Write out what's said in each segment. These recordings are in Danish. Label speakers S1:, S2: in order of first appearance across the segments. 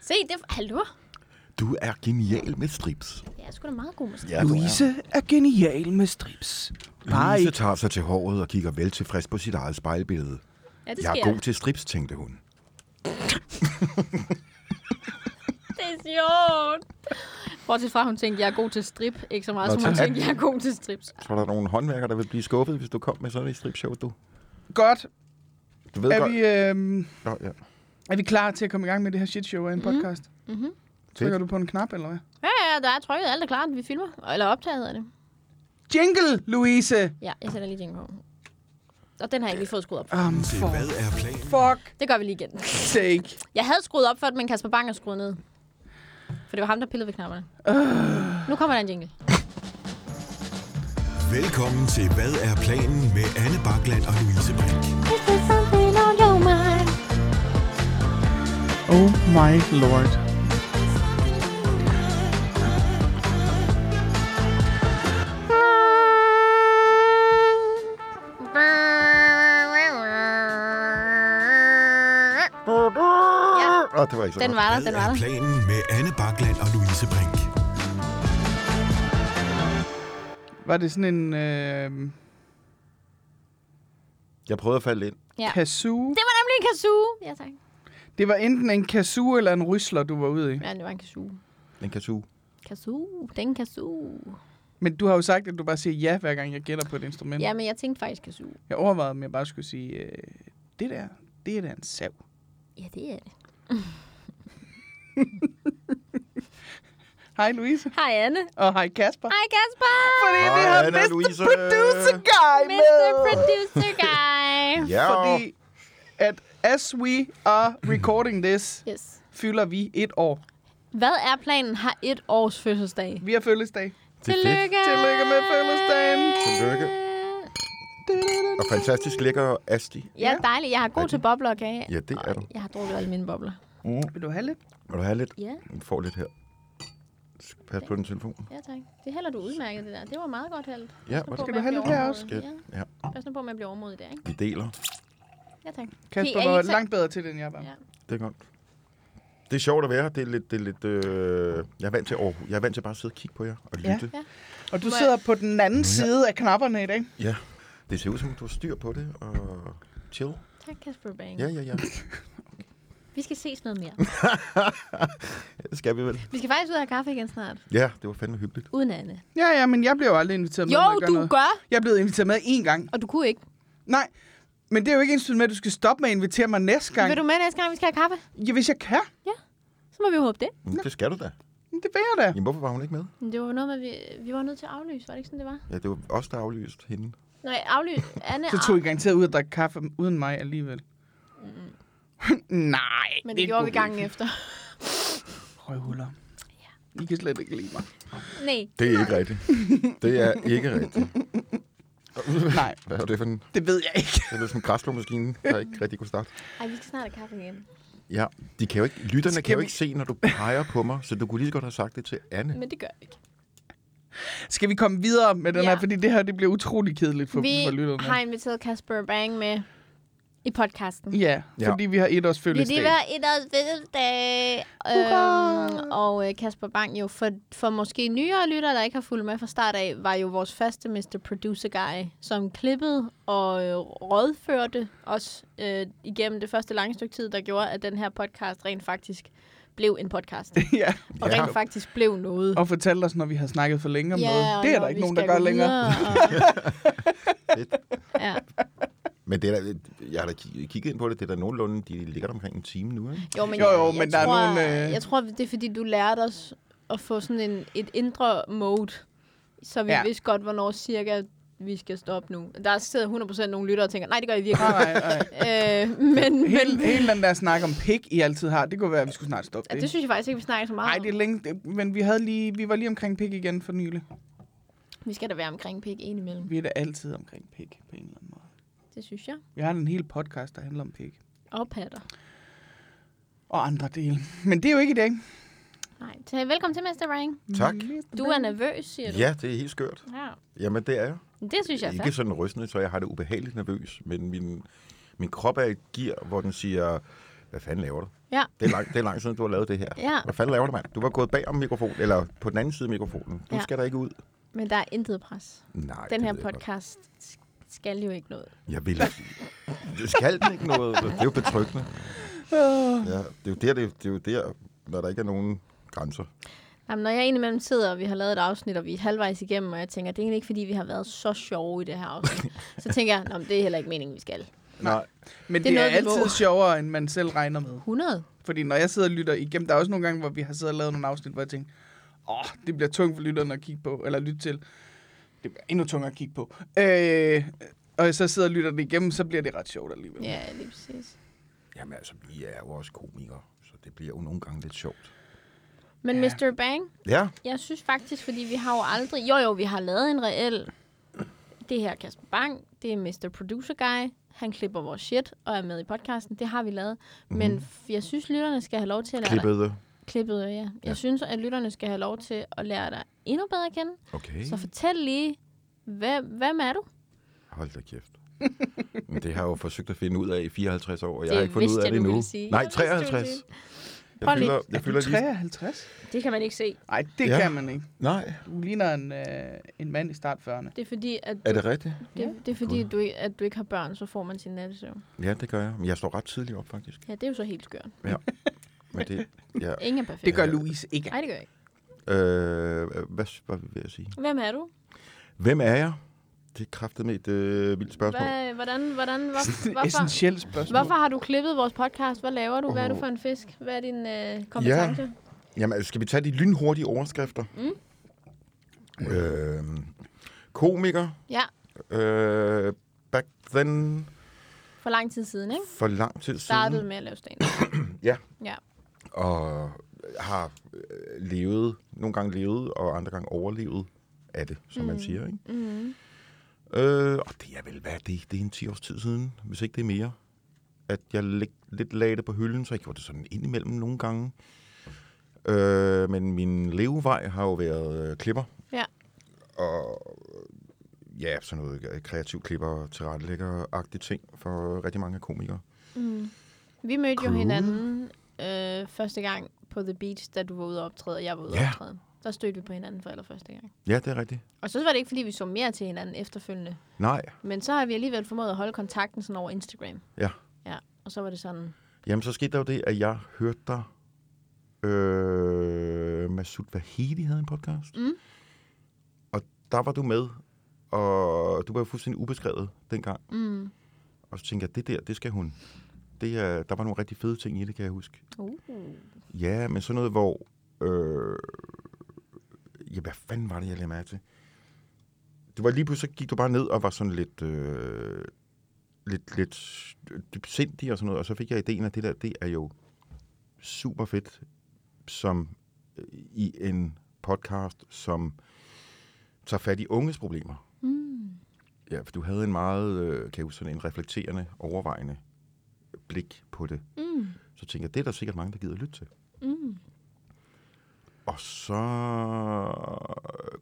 S1: Se, det er... Hallo?
S2: Du er genial med strips.
S1: Jeg er sgu da meget god med
S2: Ja,
S3: Louise er genial med strips. Bare
S2: Louise
S3: ikke.
S2: tager sig til håret og kigger vel tilfreds på sit eget spejlbillede.
S1: Ja, det
S2: Jeg
S1: sker.
S2: er god til strips, tænkte hun.
S1: Det er sjovt. Bortset fra, at hun tænkte, jeg er god til strip. Ikke så meget,
S2: Nå,
S1: som hun
S2: tak.
S1: tænkte, jeg er god til strips.
S2: Så er der nogle håndværkere, der vil blive skuffet, hvis du kom med sådan et stripshow, du.
S3: Godt.
S2: Du ved
S3: Er
S2: godt...
S3: vi, øh,
S2: Nå, ja.
S3: er vi klar til at komme i gang med det her shit show af
S1: Mhm.
S3: en podcast? Mm-hmm. Trykker du på en knap, eller hvad?
S1: Ja, ja, der er trykket alt er klart. Vi filmer. Eller optaget af det.
S3: Jingle, Louise!
S1: Ja, jeg sætter lige ting på. Og den har jeg ikke lige fået skruet op.
S3: Um, for
S4: Hvad er planen?
S3: fuck
S1: Det gør vi lige igen.
S3: sake.
S1: Jeg havde skruet op før, men Kasper Bang har skruet ned. For det var ham, der pillede ved knapperne.
S2: Øh.
S1: Nu kommer der en jingle.
S4: Velkommen til Hvad er planen med Anne Bakland og Louise Brink.
S3: Oh my lord.
S2: Åh, det var ikke så
S1: Den
S2: godt.
S1: var der,
S4: Hvad
S1: den var
S4: er
S1: der.
S4: planen med Anne Bakland og Louise Brink?
S3: Var det sådan en øh,
S2: Jeg prøvede at falde ind.
S1: Ja.
S3: kazoo?
S1: Det var nemlig en kazoo. Ja, tak.
S3: Det var enten en kazoo eller en rysler, du var ude i.
S1: Ja, det var en kazoo.
S2: Den kan suge.
S1: Kazoo. Den kazoo.
S3: Men du har jo sagt, at du bare siger ja, hver gang jeg gætter på et instrument.
S1: Ja, men jeg tænkte faktisk kazoo.
S3: Jeg overvejede, om jeg bare skulle sige, øh, det der, det er da en sav.
S1: Ja, det er det.
S3: Hej Louise,
S1: Hej, Anne.
S3: og hej Kasper.
S1: Hej, Kasper.
S3: Fordi vi
S2: Hej,
S3: har
S2: Anna
S3: Mr.
S2: Louise.
S3: Producer Guy
S1: Mr.
S3: med.
S1: Producer Guy.
S2: Ja,
S3: Fordi at as we are recording this,
S1: Yes.
S3: fylder vi et år.
S1: Hvad er planen? Har et års fødselsdag.
S3: Vi har fødselsdag.
S2: det er fedt.
S1: Tillykke.
S3: Tillykke med fødselsdagen.
S2: Tillykke. Og fantastisk lækker Asti.
S1: Ja, dejligt. Jeg har god til bobler og kage.
S2: Ja, det er du.
S1: Jeg har drukket alle mine bobler.
S3: Vil du have lidt?
S2: Mm. Vil du have lidt?
S1: Ja,
S2: Vi får lidt her. Skal Pas på din telefon.
S1: ja tak. Det hælder du udmærket, det der. Det var meget godt hældt. Pas
S2: Ja,
S1: nu
S2: hvad
S1: på med
S2: skal
S3: du
S1: at
S3: have
S1: blive
S3: lidt her
S1: overmodig.
S2: Ja. ja.
S1: Ja, pas nu på, at man bliver overmodig der, ikke?
S2: Vi deler.
S1: Ja, tak.
S3: Kasper
S1: Kan I
S3: var
S1: ikke tage-
S3: langt bedre til det, end jeg var.
S1: Ja.
S2: Det er godt. Det er sjovt at være her. Det er lidt... Det er lidt øh... Jeg er vant til Aarhus. Jeg er vant til bare at sidde og kigge på jer og
S3: Ja.
S2: lytte. Ja.
S3: Og du
S1: Må jeg-
S3: sidder på den anden side af knapperne i dag.
S2: ja. Det ser ud som, du har styr på det. Og chill.
S1: Tak, Kasper Bang.
S2: Ja, ja, ja.
S1: Vi skal ses noget mere.
S2: Det skal vi vel.
S1: Vi skal faktisk ud og have kaffe igen snart.
S2: Ja, det var fandme hyggeligt.
S1: Uden Anne.
S3: Ja, ja, men jeg bliver jo aldrig inviteret med.
S1: Jo,
S3: når jeg gør
S1: du
S3: noget.
S1: gør,
S3: Jeg er blevet inviteret med én gang.
S1: og du kunne ikke.
S3: Nej, men det er jo ikke ens med, at du skal stoppe med at invitere mig næste gang.
S1: Vil du med næste gang, vi skal have kaffe?
S3: Ja, hvis jeg kan.
S1: Så må vi jo håbe det.
S2: Men Mm, Det skal du da.
S3: Men Det vil jeg da.
S2: Jamen, hvorfor var hun ikke med?
S1: Men det var jo noget med, at vi, vi var nødt til at aflyse. Var det ikke sådan, det var?
S2: Ja, det var os, der aflyste hende.
S1: Nej, aflyse. Anne
S3: Så tog I garanteret ud og drikke kaffe uden mig alligevel. Nej.
S1: Mm. Men det gjorde vi
S3: kunne
S1: gangen efter.
S3: Røvhuller. I kan slet ikke lide mig.
S1: Nej.
S2: Det er ikke rigtigt. Det er ikke rigtigt.
S3: Nej,
S2: Hvad er det for en,
S3: det ved jeg ikke.
S2: det er sådan en græsslåmaskine, der ikke rigtig kunne starte?
S1: Ej, vi skal snart have kaffe igen.
S2: Ja, de kan jo ikke, lytterne
S3: Skal
S2: kan jo
S3: vi-
S2: ikke se, når du peger på mig, så du kunne lige så godt have sagt det til Anne.
S1: Men det gør vi ikke.
S3: Skal vi komme videre med den
S1: Ja.
S3: her? Fordi det her det bliver utrolig kedeligt for, for
S1: Vi
S3: lytterne.
S1: har inviteret Kasper Bang med i podcasten.
S3: Ja,
S2: Ja.
S3: fordi vi har et års
S1: Det er
S3: fødselsdag.
S1: lige været et års fødselsdag. Øhm, og øh, Kasper Bang jo, for, for måske nyere lyttere, der ikke har fulgt med fra start af, var jo vores faste Mr. Producer Guy, som klippede og øh, rådførte os øh, igennem det første lange stykke tid, der gjorde, at den her podcast rent faktisk blev en podcast.
S3: ja.
S1: Og
S2: Ja.
S1: rent faktisk blev noget.
S3: Og fortalte os, når vi har snakket for længe om
S1: Ja,
S3: noget.
S1: og
S3: Det er
S1: når
S3: der ikke
S1: vi
S3: nogen, der
S1: skal
S3: gør
S1: gå
S3: længere.
S1: videre,
S2: Fedt.
S1: og- ja.
S2: Men det er da, jeg har da ki- kigget ind på det, det er da nogenlunde, de ligger der omkring en time nu, ikke?
S1: Jo, men,
S3: Jo, jo,
S1: jeg,
S3: men
S1: jeg
S3: der er
S1: tror,
S3: nogle, øh,
S1: Jeg tror, det er, fordi du lærte os at få sådan en, et indre mode, så vi
S3: Ja.
S1: ja. vidste godt, hvornår cirka vi skal stoppe nu. Der sidder 100% nogle lyttere og tænker, nej, det gør I virkelig
S3: Nej,
S1: ikke.
S3: nej, nej.
S1: øh, men,
S3: Hele,
S1: men
S3: hele den der snak om pik, I altid har, det kunne være, at vi skulle snart stoppe
S1: ja,
S3: det.
S1: det synes jeg faktisk ikke, vi snakker så meget
S3: Nej, det er
S1: om.
S3: længe, det- men vi, havde lige, vi var lige omkring pik igen for nylig.
S1: Vi skal da være omkring pik indimellem.
S3: Vi er da altid omkring pik på en eller anden måde.
S1: Det synes jeg.
S3: Vi har en hel podcast, der handler om pik.
S1: Og patter.
S3: Og andre dele. Men det er jo ikke i dag.
S1: Nej, så velkommen til, Mester Ring.
S2: Tak.
S1: Du er nervøs, siger du.
S2: Ja, det Mm. er helt skørt.
S1: ja.
S2: Jamen, det er jeg.
S1: Det synes jeg er
S2: Ikke
S1: fedt.
S2: sådan rystende, så jeg har det ubehageligt nervøs, men min, min krop er i et gear, hvor den siger, hvad fanden laver du?
S1: Ja.
S2: Det er, lang, det er langt siden, du har lavet det her.
S1: Ja.
S2: Hvad fanden laver du, mand? Du var gået bag om mikrofonen, eller på den anden side af mikrofonen. Du
S1: Ja.
S2: ja. skal da ikke ud.
S1: Men der er intet pres.
S2: Nej,
S1: Den
S2: det
S1: her
S2: ved jeg godt.
S1: podcast sk- skal jo ikke noget.
S2: Jeg vil ikke. Det skal den ikke noget. Det er jo betryggende. Ja, det er jo der, det er, jo- det er jo der, når der ikke er nogen grænser.
S1: Jamen, når jeg indimellem sidder, og vi har lavet et afsnit, og vi er halvvejs igennem, og jeg tænker, det er egentlig ikke, fordi vi har været så sjove i det her afsnit. så tænker jeg, "Nå, men det er heller ikke meningen, vi skal.
S2: Nej.
S3: Men
S1: Det er
S3: det, det er
S1: noget niveau.
S3: altid sjovere, end man selv regner med.
S1: 100?
S3: Fordi når jeg sidder og lytter igennem, der er også nogle gange, hvor vi har siddet og lavet nogle afsnit, hvor jeg tænker, åh, oh, det bliver tungt for lytterne at kigge på, eller lytte til. Det bliver endnu tungere at kigge på. Øh, og jeg så sidder og lytter det igennem, så bliver det ret sjovt alligevel.
S1: Ja, lige præcis.
S2: Jamen altså, vi er jo også komikere, så det bliver jo nogle gange lidt sjovt.
S1: Men ja. Mr. Bang,
S2: Ja,
S1: jeg synes faktisk, fordi vi har jo aldrig... Jo, jo, vi har lavet en reel... Det her er Kasper Bang, det er Mr. Producer Guy. Han klipper vores shit og er med i podcasten. Det har vi lavet. Men f- jeg synes, lytterne skal have lov til at lære dig...
S2: klippet.
S1: Klippet, ja. Jeg
S2: Ja.
S1: synes, at lytterne skal have lov til at lære dig endnu bedre at kende.
S2: Okay.
S1: Så fortæl lige, hvad, hvem er du?
S2: Hold da kæft. Men det har jeg jo forsøgt at finde ud af i 54 år, og jeg
S1: Det
S2: har ikke fundet ud
S1: vidste
S2: af
S1: jeg,
S2: det
S1: du
S2: endnu.
S1: ville sige.
S2: Nej,
S1: Jeg vidste, du ville
S2: 53.
S1: sige Prøv
S2: Jeg
S1: lige.
S2: fylder, jeg
S3: Er
S2: fylder
S3: du
S2: lige...
S3: 53?
S1: Det kan man ikke se.
S3: Nej, det
S2: Ja.
S3: ja. kan man ikke.
S2: Nej,
S3: Du ligner en, øh, en mand i start 40'erne.
S1: Det er fordi, at
S2: er det rigtigt?
S1: det, det er fordi at du, ikke- at du ikke har børn, så får man sin nattesøvn.
S2: Ja, det gør jeg. Men jeg står ret tidligt op, faktisk.
S1: Ja, det er jo så helt skørt.
S2: Men det, ja.
S1: Ingen er perfekt.
S3: Det gør Louise ikke.
S1: Nej, det gør jeg ikke.
S2: øh, hvad, hvad vil jeg sige?
S1: Hvem er du?
S2: Hvem er jeg? Det er kraftet med et øh, vildt spørgsmål.
S1: Hvad, hvordan, hvordan, hvor, hvorfor,
S3: Essentielt spørgsmål.
S1: hvorfor har du klippet vores podcast? Hvad laver du? Hvad er du for en fisk? Hvad er din øh, kompetence? Ja.
S2: Jamen, altså, skal vi tage de lynhurtige overskrifter? Mm. Øh, komiker.
S1: ja,
S2: Øh, back then.
S1: for lang tid siden, ikke?
S2: For lang tid
S1: Startede
S2: siden.
S1: med at lave stand
S2: Ja.
S1: Ja.
S2: Og har øh, levet, nogle gange levet, og andre gange overlevet af det, som mm. man siger, ikke?
S1: Mm.
S2: Øh, og det er vel, hvad er det? Det er en 10 års tid siden, hvis ikke det er mere. At jeg lig, lidt lagde det på hylden, så jeg gjorde det sådan indimellem nogle gange. Øh, men min levevej har jo været øh, klipper.
S1: Ja.
S2: Og øh, ja, sådan noget øh, kreativ klipper, tilrettelægger-agtige ting for rigtig mange komikere.
S1: Mm. Vi mødte jo
S2: Cool.
S1: hinanden øh, første gang på The Beach, da du var ude at optræde, og jeg var ude at
S2: Ja.
S1: optræde. Der stødte vi på hinanden for allerførste gang.
S2: Ja, det er rigtigt.
S1: Og så var det ikke, fordi vi så mere til hinanden efterfølgende.
S2: Nej,
S1: Men så har vi alligevel formået at holde kontakten sådan over Instagram.
S2: ja.
S1: Ja, og så var det sådan,
S2: Jamen, så skete der jo det, at jeg hørte dig... Øh, Masud Vahedi havde en podcast.
S1: Mm.
S2: Og der var du med, og du var jo fuldstændig ubeskrevet dengang.
S1: mm,
S2: Og så tænkte jeg, det der, det skal hun. Det er, der var nogle rigtig fede ting i det, kan jeg huske.
S1: uh.
S2: Ja, men sådan noget, hvor... Øh, ja, hvad fanden var det, jeg lagde mærke til? Det var lige pludselig, så gik du bare ned og var sådan lidt... Øh, lidt, lidt dybsindig og sådan noget, og så fik jeg ideen, at det der, det er jo super fedt, som øh, i en podcast, som tager fat i unges problemer.
S1: Mm.
S2: Ja, for du havde en meget, øh, kan jeg huske, sådan en reflekterende, overvejende blik på det.
S1: Mm.
S2: Så tænker jeg, det er der sikkert mange, der gider at lytte til.
S1: Mm.
S2: Og så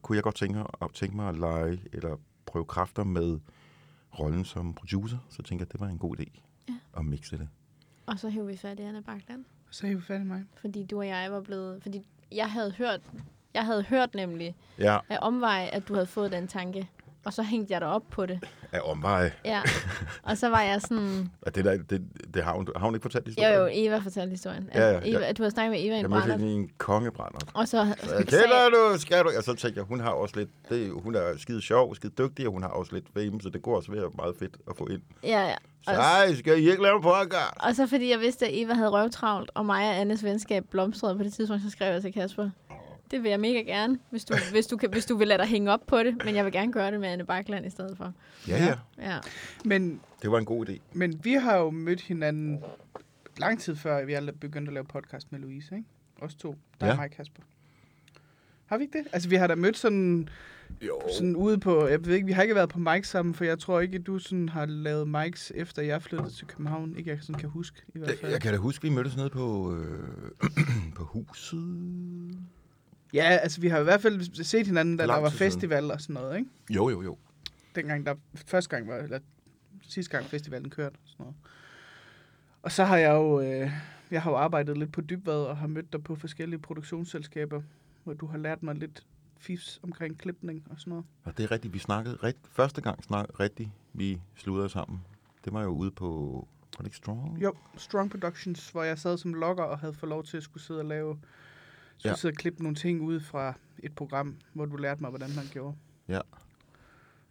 S2: kunne jeg godt tænke, at tænke mig at lege eller prøve kræfter med rollen som producer. Så tænkte jeg, at det var en god idé
S1: Ja.
S2: at mixe det.
S1: Og så hævde vi fat i Anna Bakland,
S3: Så er I jo fat i mig.
S1: fordi du og jeg var blevet... Fordi jeg havde hørt, jeg havde hørt nemlig
S2: Ja,
S1: af omveje, at du havde fået den tanke. Og så hængte jeg dig op på det.
S2: af omveje.
S1: Ja. Og så var jeg sådan...
S2: Og det, der, det, det har, hun, har hun ikke fortalt
S1: Jo,
S2: historien?
S1: jo, Eva fortalte historien. At
S2: Ja, ja,
S1: Eva,
S2: ja.
S1: at du havde snakket med Eva i en
S2: Jeg mødte
S1: brænder.
S2: hende i en kongebrænder.
S1: Og så,
S2: Jeg kender du, skal du? Og så tænkte jeg, hun har også lidt, det, hun er skide sjov, skide dygtig, og hun har også lidt fame, så det går også være meget fedt at få ind.
S1: ja, ja.
S2: Så
S1: Og,
S2: ej, skal I ikke lave en podcast?
S1: og så fordi jeg vidste, at Eva havde røvtravlt, og mig og Annes venskab blomstrede på det tidspunkt, så skrev jeg til Kasper, det vil jeg mega gerne, hvis du, hvis du, kan, hvis du vil lade dig hænge op på det, men jeg vil gerne gøre det med Anne Bakland i stedet for.
S2: Ja, ja.
S1: Ja.
S3: Men,
S2: Det var en god idé.
S3: men vi har jo mødt hinanden lang tid før, vi alle begyndte at lave podcast med Louise, ikke? Os to. Der er
S2: Ja.
S3: ja. mig og Kasper. Har vi ikke det? Altså, vi har da mødt sådan,
S2: Jo.
S3: sådan ude på... Jeg ved ikke, vi har ikke været på mics sammen, for jeg tror ikke, du sådan har lavet mics, efter jeg flyttede til København. Ikke, jeg sådan kan huske, i hvert fald.
S2: Jeg kan da huske, vi mødtes nede på, øh, på huset.
S3: Ja, altså, vi har i hvert fald set hinanden, da
S2: Lang
S3: der var
S2: tid siden.
S3: festival og sådan noget, ikke?
S2: Jo, jo, jo.
S3: Dengang der første gang var... Eller sidste gang festivalen kørte og sådan noget. Og så har jeg jo, øh, jeg har jo arbejdet lidt på dybvad og har mødt dig på forskellige produktionsselskaber, hvor du har lært mig lidt fifs omkring klipning og sådan noget.
S2: Og det er rigtigt, vi snakkede rigt, første gang snak, rigtigt, vi sludrede sammen. Det var jo ude på, var det ikke Strong?
S3: Jo, Strong Productions, hvor jeg sad som logger og havde fået lov til at skulle sidde og lave, skulle
S2: Ja.
S3: ja. sidde og klippe nogle ting ud fra et program, hvor du lærte mig, hvordan man gjorde.
S2: Ja,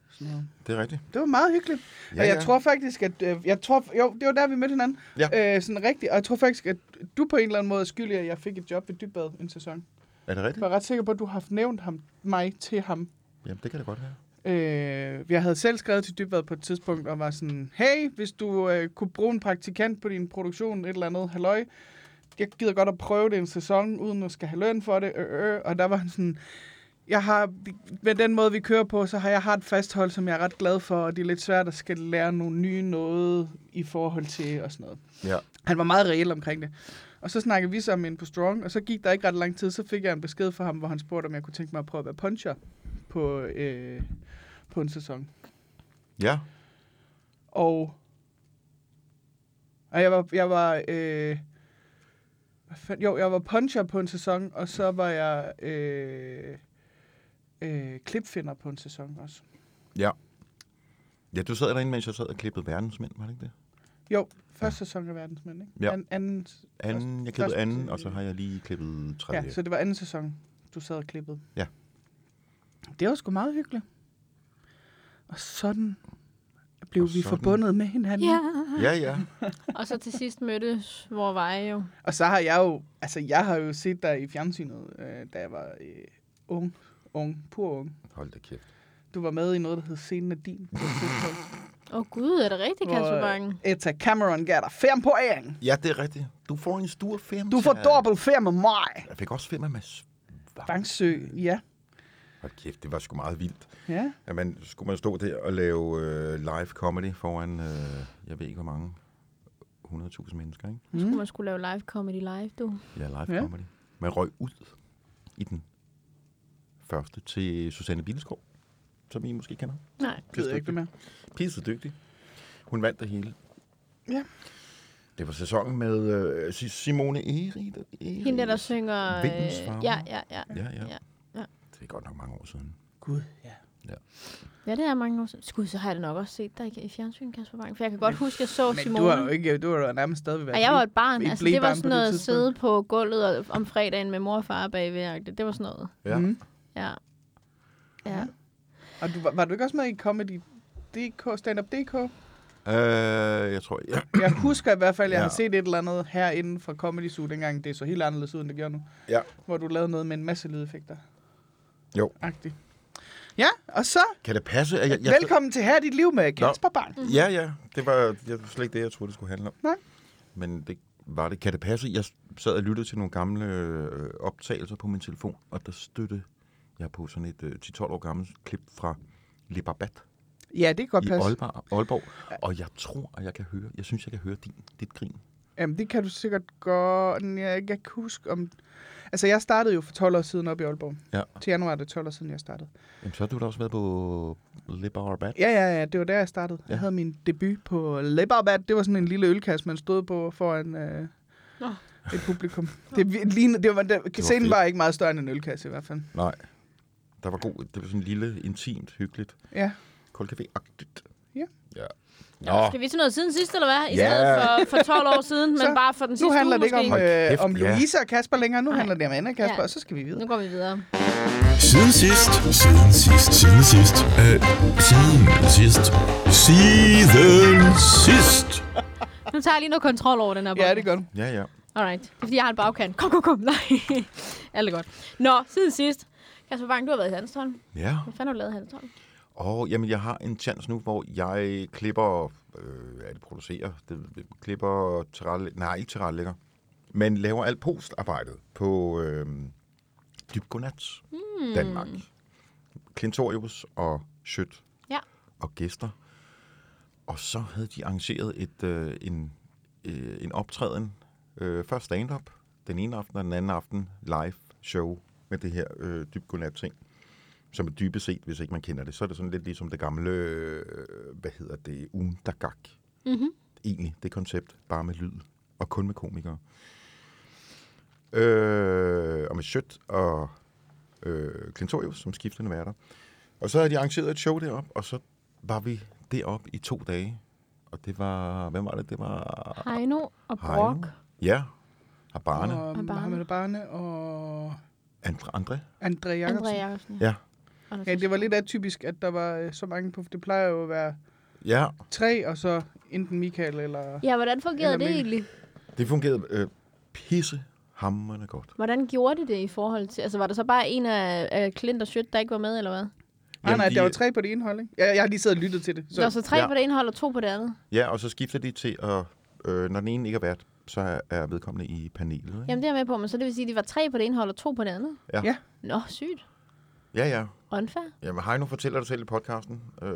S3: Sådan noget.
S2: det er rigtigt.
S3: Det var meget hyggeligt. Ja, og jeg tror faktisk, at... Øh, jeg tror, jo, det var der, vi mødte hinanden.
S2: Ja.
S3: Øh, sådan rigtigt. Og jeg tror faktisk, at du på en eller anden måde er skyldig, at jeg fik et job ved Dybbad en sæson.
S2: Er det
S3: Jeg
S2: rigtigt?
S3: var ret sikker på, at du har haft nævnt ham, mig til ham.
S2: Jamen, det kan det godt være.
S3: Øh, jeg havde selv skrevet til Dybvad på et tidspunkt og var sådan, hey, hvis du øh, kunne bruge en praktikant på din produktion, et eller andet, halløj, jeg gider godt at prøve det en sæson, uden at skal have løn for det, øh, øh. og der var han sådan, jeg har, med den måde, vi kører på, så har jeg har et fasthold, som jeg er ret glad for, og det er lidt svært at skal lære nogle nye noget i forhold til, og sådan noget.
S2: Ja.
S3: Han var meget reel omkring det. Og så snakkede vi sammen inde på Strong, og så gik der ikke ret lang tid, så fik jeg en besked fra ham, hvor han spurgte, om jeg kunne tænke mig at prøve at være puncher på, øh, på en sæson.
S2: Ja,
S3: Og, og jeg var, jeg var øh, hvad fanden, jo, jeg var puncher på en sæson, og så var jeg øh, øh, klipfinder på en sæson også.
S2: ja. Ja, du sad derinde, mens jeg sad og klippede verdensmænd, var det ikke det?
S3: Jo, første sæson af verdensmænd, ikke?
S2: Ja.
S3: An, anden,
S2: Anden, jeg klippede anden, og så har jeg lige klippet tredje.
S3: Ja, så det var anden sæson, du sad og klippede.
S2: Ja.
S3: Det var sgu meget hyggeligt. Og sådan blev
S2: Og
S3: og vi
S2: sådan-
S3: sådan. forbundet med hinanden.
S1: Ja.
S2: ja, ja.
S1: Og så til sidst mødtes vores veje jo.
S3: Og så har jeg jo, altså jeg har jo set dig i fjernsynet, øh, da jeg var øh, ung, ung, pur ung.
S2: Hold da kæft.
S3: Du var med i noget, der hed Scenen af din. på et tidspunkt,
S1: Åh oh, gud, er det rigtigt,
S3: øh,
S1: Kasper Bangen?
S3: Etta Cameron gav dig fem point.
S2: Ja, det er rigtigt. Du får en stor fem.
S3: Du får dobbelt fem af mig.
S2: Jeg fik også fem af Mads. Bang.
S3: Bangsø, ja.
S2: Hold kæft, det var sgu meget vildt.
S3: Ja,
S2: At man, skulle man stå der og lave øh, live comedy foran, øh, jeg ved ikke hvor mange, 100.000 mennesker, ikke?
S1: Mm. Skulle man skulle lave live comedy live, du?
S2: Ja, live ja.
S3: Ja.
S2: comedy. Man røg ud i den første til Susanne Bilskov, som I måske kender.
S1: Nej.
S3: det ved jeg ikke det mere.
S2: Pisse dygtig. Hun vandt det hele.
S3: Ja.
S2: Det var sæsonen med øh, Si- Simone Eri. Eri.
S1: Hende der, der synger... øh,
S2: Vindens farver.
S1: ja, ja, ja.
S2: Ja, ja,
S1: Ja,
S2: ja.
S1: ja.
S2: Det er godt nok mange år siden.
S3: Gud, ja.
S1: Ja, det er mange år siden. Skud, så har jeg da nok også set dig i i fjernsyn, Kasper Bang. For jeg kan godt huske, jeg så
S3: Men
S1: Simone.
S3: du har jo ikke, du har jo nærmest stadigvæk været
S1: Ej, jeg var et barn.
S3: et
S1: Altså, det var
S3: blæbarn på
S1: sådan
S3: det
S1: noget at
S3: tidspunkt.
S1: sidde på gulvet og, om fredagen med mor og far bagved. Det var sådan noget.
S2: Ja.
S3: Mhm.
S1: Ja. Ja.
S3: Og du, var, var du ikke også med i Comedy DK, Stand Up DK?
S2: Øh, jeg tror, ja.
S3: Jeg husker i hvert fald, at jeg
S2: Ja.
S3: ja. har set et eller andet herinde fra Comedy Zoo dengang. Det så helt anderledes ud, end det gør nu.
S2: ja.
S3: Hvor du lavede noget med en masse lydeffekter.
S2: Jo.
S3: Agtigt. Ja, og så
S2: Kan det passe? At jeg, jeg,
S3: velkommen til Her er dit liv med Kasper Bang.
S2: Ja, ja. Det var, jeg, var slet ikke det, jeg troede, det skulle handle om.
S3: Mhm. Nej.
S2: Men det var det. Kan det passe? Jeg sad og lyttede til nogle gamle øh, optagelser på min telefon, og der støtte jeg på sådan et øh, 10-12 år gammelt klip fra Libabat
S3: Ja, det kan godt
S2: i
S3: passe.
S2: Aalborg, Aalborg. Og jeg tror, at jeg kan høre, jeg synes, jeg kan høre din, dit grin.
S3: Jamen, det kan du sikkert godt... Jeg, jeg kan ikke huske om... Altså, jeg startede jo for 12 år siden op i Aalborg.
S2: Ja.
S3: Til januar er det 12 år siden, jeg startede.
S2: Jamen, så har du da også været på Libabat.
S3: Ja, ja, ja, det var der, jeg startede.
S2: Ja.
S3: Jeg havde min debut på Lebabat. Det var sådan en lille ølkasse, man stod på foran øh,
S1: Nå.
S3: et publikum. Det, vi- lignede, det var, det, det var scenen
S2: fedt.
S3: var ikke meget større end en ølkasse i hvert fald.
S2: Nej. Der var god, det var sådan en lille, intimt, hyggeligt,
S3: Ja.
S2: koldcafé-agtigt.
S3: Ja.
S2: Ja.
S1: Nå.
S2: Nå,
S1: Skal vi til noget siden sidst, eller hvad? I
S2: Ja.
S1: stedet for, for 12 år siden, men
S3: Så,
S1: bare for den sidste
S3: Nu handler
S1: uge,
S3: det ikke om,
S1: måske.
S2: Hold
S3: øh,
S2: kæft,
S3: om
S2: ja.
S3: Louise og Kasper længere. Nu
S1: Nej.
S3: handler det om Anna og Kasper,
S1: Ja.
S3: ja. og så skal vi videre.
S1: Nu går vi videre.
S4: Siden sidst, siden sidst, siden sidst, øh, siden sidst, siden sidst.
S1: Nu tager jeg lige noget kontrol over den her
S3: Ja,
S1: bold.
S3: det gør du.
S2: ja, ja.
S1: Alright. Det er fordi, jeg har en bagkant. Kom, kom, kom. Nej. Alt er godt. Nå, siden sidst. Kasper Bang, du har været i Hanstholm.
S2: Ja.
S1: Hvad fanden har du lavet i Hanstholm?
S2: Og jamen, jeg har en chance nu, hvor jeg klipper, øh, er det producerer, det, det- klipper, terrelle, nej, ikke terrellægger, men laver alt postarbejdet på øh, Dyb Godnat, mm. Danmark. Klintorius og Schødt
S1: Ja.
S2: og gæster. Og så havde de arrangeret et, øh, en, øh, en optræden, øh, først stand-up, den ene aften og den anden aften live show med det her øh, Dyb Godnat-ting som er dybest set, hvis ikke man kender det, så er det sådan lidt ligesom det gamle, øh, hvad hedder det, Undagak. Mm-hmm. egentlig, det koncept, bare med lyd og kun med komikere. Øh, og med Sødt og øh, Klintorius, som skiftende værter. Og så havde de arrangeret et show deroppe, og så var vi deroppe i to dage. Og det var, hvad var det? Det var
S1: Heino og
S2: Heino.
S1: Brock.
S2: Ja, og Barne.
S3: Og
S1: Og Barne.
S3: Mohamed Barne og
S2: Andre, Andre?
S3: André Jacobsen.
S1: André Jacobsen.
S2: Ja.
S3: Ja, det var lidt atypisk, at der var øh, så mange på. Det plejer jo at være
S2: Ja,
S3: tre, og så enten Michael eller... Ah,
S1: Ja, hvordan fungerede
S3: Eller
S1: det
S3: Mikkel.
S1: egentlig?
S2: det fungerede øh, pisse hammerne godt.
S1: Hvordan gjorde de det i forhold til... Altså, var der så bare en af, af Clint og Schødt, der ikke var med, eller hvad?
S3: Ah, Nej, nej,
S2: de-
S3: der var tre på det ene hold, ikke? Ja, jeg har lige siddet og lyttet til det.
S1: Så, Nå, så tre
S2: ja.
S1: ja. på det ene hold og to på det andet.
S2: Ja, og så skifter de til at... Øh, når den ene ikke er vært, så er- er vedkommende i panelet. Ikke?
S1: Jamen, det er jeg med på, men så det vil sige, at de var tre på det ene hold og to på det andet?
S2: Ja.
S3: Ja.
S1: Nå, sygt.
S2: Ja, ja.
S1: Unfair.
S2: Jamen, Heino fortæller det selv i podcasten, øh,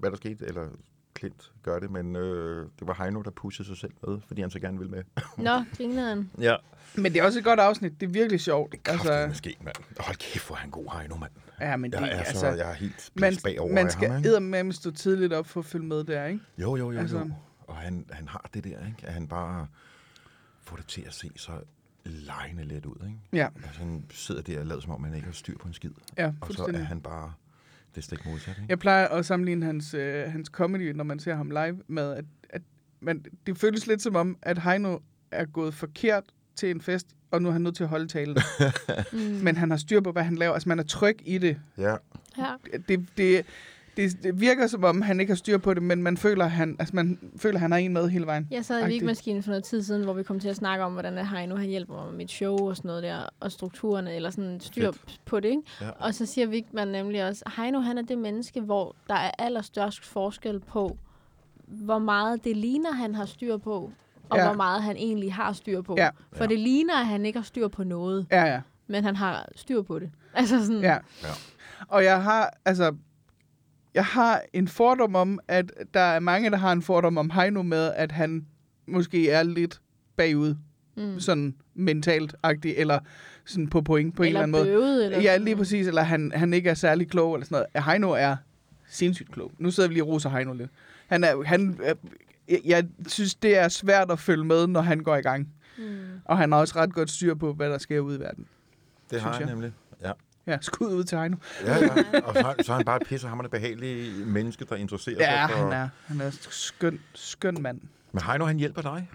S2: hvad der skete, eller Klint gør det, men øh, det var Heino, der pushede sig selv med, fordi han så gerne ville med.
S1: Nå, grineren.
S2: Ja.
S3: Men det er også et godt afsnit. Det er virkelig sjovt.
S2: Altså, måske, mand. Hold kæft, hvor er han god, Heino, mand.
S3: ja, men det,
S2: Jeg er, så,
S3: altså,
S2: jeg er helt
S3: man,
S2: pisse bagover
S3: man
S2: af
S3: skal
S2: ham, ikke?
S3: eddermame stå tidligt op for at følge med der, ikke?
S2: Jo, jo, jo, altså... jo.
S3: Altså-
S2: Og han, han har det der, ikke? At han bare får det til at se så lejende let ud, ikke?
S3: Ja,
S2: Altså, han sidder der og lader, som om han ikke har styr på en skid.
S3: ja
S2: Og så
S3: fuldstændig.
S2: er han bare det stik modsat, ikke?
S3: Jeg plejer at sammenligne hans, øh, hans comedy, når man ser ham live, med, at, at man, det føles lidt som om, at Heino er gået forkert til en fest, og nu er han nødt til at holde talen.
S1: Mm.
S3: Men han har styr på, hvad han laver. Altså, man er tryg i det.
S2: Ja,
S1: Ja.
S3: Det, det, det, det virker som om, han ikke har styr på det, men man føler, han, altså, man føler, han har en med hele vejen.
S1: Jeg sad i
S3: Agtigt.
S1: vikmaskinen for noget tid siden, hvor vi kom til at snakke om, hvordan at Heino han hjælper mig med mit show og sådan noget der, og strukturerne, eller sådan styr på det, ikke?
S2: Ja.
S1: Og så siger Vigman nemlig også, Heino han er det menneske, hvor der er allerstørst forskel på, hvor meget det ligner, han har styr på, og
S3: Ja.
S1: ja. hvor meget han egentlig har styr på.
S3: Ja.
S1: For det ligner, at han ikke har styr på noget,
S3: Ja, ja.
S1: men han har styr på det. Altså sådan,
S3: Ja.
S2: Ja.
S3: Og jeg har, altså, jeg har en fordom om, at der er mange, der har en fordom om Heino med, at han måske er lidt bagud,
S1: Mm.
S3: mm. sådan mentalt-agtig, eller sådan på point på
S1: eller
S3: en eller anden
S1: bøvet,
S3: måde.
S1: eller
S3: Ja, lige præcis, eller han, han ikke er særlig klog, eller sådan noget. Heino er sindssygt klog. Nu sidder vi lige og roser Heino lidt. Han er, han, er- jeg, jeg synes, det er svært at følge med, når han går i gang.
S1: Mm.
S3: Og han har også ret godt styr på, hvad der sker ude i verden.
S2: det har
S3: Synes
S2: han
S3: jeg.
S2: nemlig. Ja.
S3: Ja, skud ud til Heino.
S2: Ja, ja. Og så, så er han bare et pissehammerende behagelig menneske, der interesserer
S3: Ja,
S2: sig for...
S3: han er, han er skøn, skøn mand.
S2: Men Heino, han hjælper dig.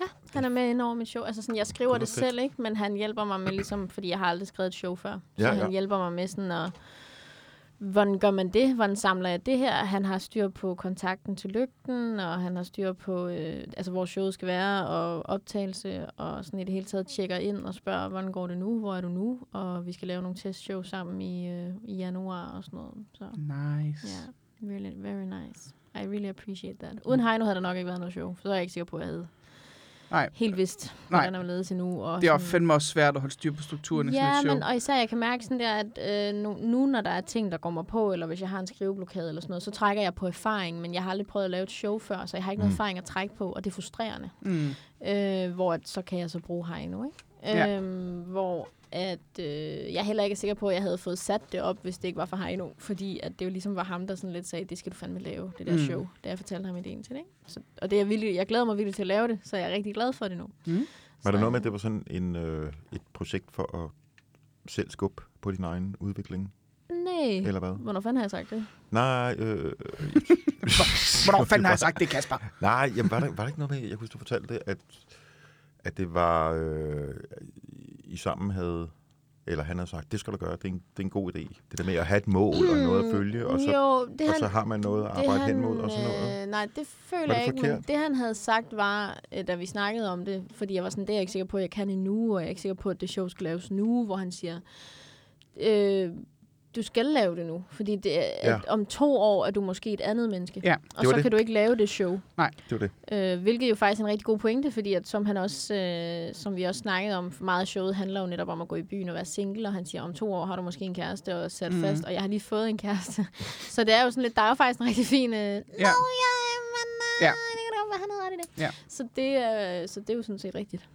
S1: Ja, han er med ind over mit show. Altså sådan, jeg skriver
S2: Det er
S1: det,
S2: fedt.
S1: selv, ikke? Men han hjælper mig med ligesom, fordi jeg har aldrig skrevet et show før. Så
S2: Ja,
S1: han
S2: ja.
S1: hjælper mig med sådan at, hvordan gør man det? Hvordan samler jeg det her? Han har styr på kontakten til lygten, og han har styr på, øh, altså hvor showet skal være, og optagelse, og sådan i det hele taget tjekker ind og spørger, hvordan går det nu? Hvor er du nu? Og vi skal lave nogle testshow sammen i, øh, i januar og sådan noget. Så
S3: Nice.
S1: ja, yeah, really, very nice. I really appreciate that. Uden Heino havde der nok ikke været noget show, for så er jeg ikke sikker på, at jeg havde
S3: Nej,
S1: helt vist, hvordan han ledes endnu. Og
S3: det er
S1: sådan-
S3: fandme også svært at holde styr på strukturen i sådan
S1: Ja,
S3: et show.
S1: men og især jeg kan mærke sådan der, at øh, nu, nu, når der er ting, der går mig på, eller hvis jeg har en skriveblokade eller sådan noget, så trækker jeg på erfaring, men jeg har aldrig prøvet at lave et show før, så jeg har ikke mm. noget erfaring at trække på, og det er frustrerende.
S3: Mm.
S1: Øh, hvor at, så kan jeg så bruge Heino, ikke?
S3: Ja.
S1: Øhm, hvor at øh, jeg heller ikke er sikker på, at jeg havde fået sat det op, hvis det ikke var for Heino, fordi at det jo ligesom var ham, der sådan lidt sagde, det skal du fandme lave, det der
S3: Mm.
S1: mm. show, da jeg fortalte ham ideen til det, ikke? Så, og det er jeg, virkelig, jeg glæder mig virkelig til at lave det, så jeg er rigtig glad for det nu.
S3: Mm.
S2: Var der
S1: Så-
S2: noget med, at det var sådan en, øh, et projekt for at selv skubbe på din egen udvikling,
S1: Nej.
S2: eller hvad?
S1: Hvornår fanden har jeg sagt det?
S2: Nej, øh,
S3: Hvornår fanden har jeg sagt det, Kasper?
S2: nej jamen, var, der, var der ikke noget med, jeg kunne huske, du fortalte det, at, at det var, øh, I sammen havde, eller han havde sagt, det skal du gøre, det er en, det er en god idé. Det der med at have et mål og noget at følge, og så,
S1: Hmm. jo, det
S2: og
S1: han,
S2: så har man noget at
S1: det
S2: arbejde
S1: han,
S2: hen mod og sådan noget.
S1: Øh, nej, det
S2: Var
S1: føler
S2: det
S1: jeg ikke, men
S2: forkert?
S1: det han havde sagt var, øh, da vi snakkede om det, fordi jeg var sådan, det er jeg ikke sikker på, at jeg kan endnu, og jeg er ikke sikker på, at det show skal laves nu, hvor han siger, øh, du skal lave det nu, fordi det,
S2: Ja.
S1: ja. at om to år er du måske et andet menneske,
S3: Ja,
S1: og
S2: det var
S1: så
S2: det.
S1: kan du ikke lave det show.
S2: Det var det.
S1: Øh, hvilket jo faktisk er en rigtig god pointe, fordi at som, han også, øh, som vi også snakkede om, meget af showet handler jo netop om at gå i byen og være single, og han siger, om to år har du måske en kæreste og sat mm. fast, og jeg har lige fået en kæreste. så det er jo sådan lidt, der er jo faktisk en rigtig fin, øh, ja. Nå, ja, men øh,
S3: Ja.
S1: ja. det kan da godt være, han havde ret i det.
S3: Ja.
S1: Så, det øh, så det er jo sådan set rigtigt,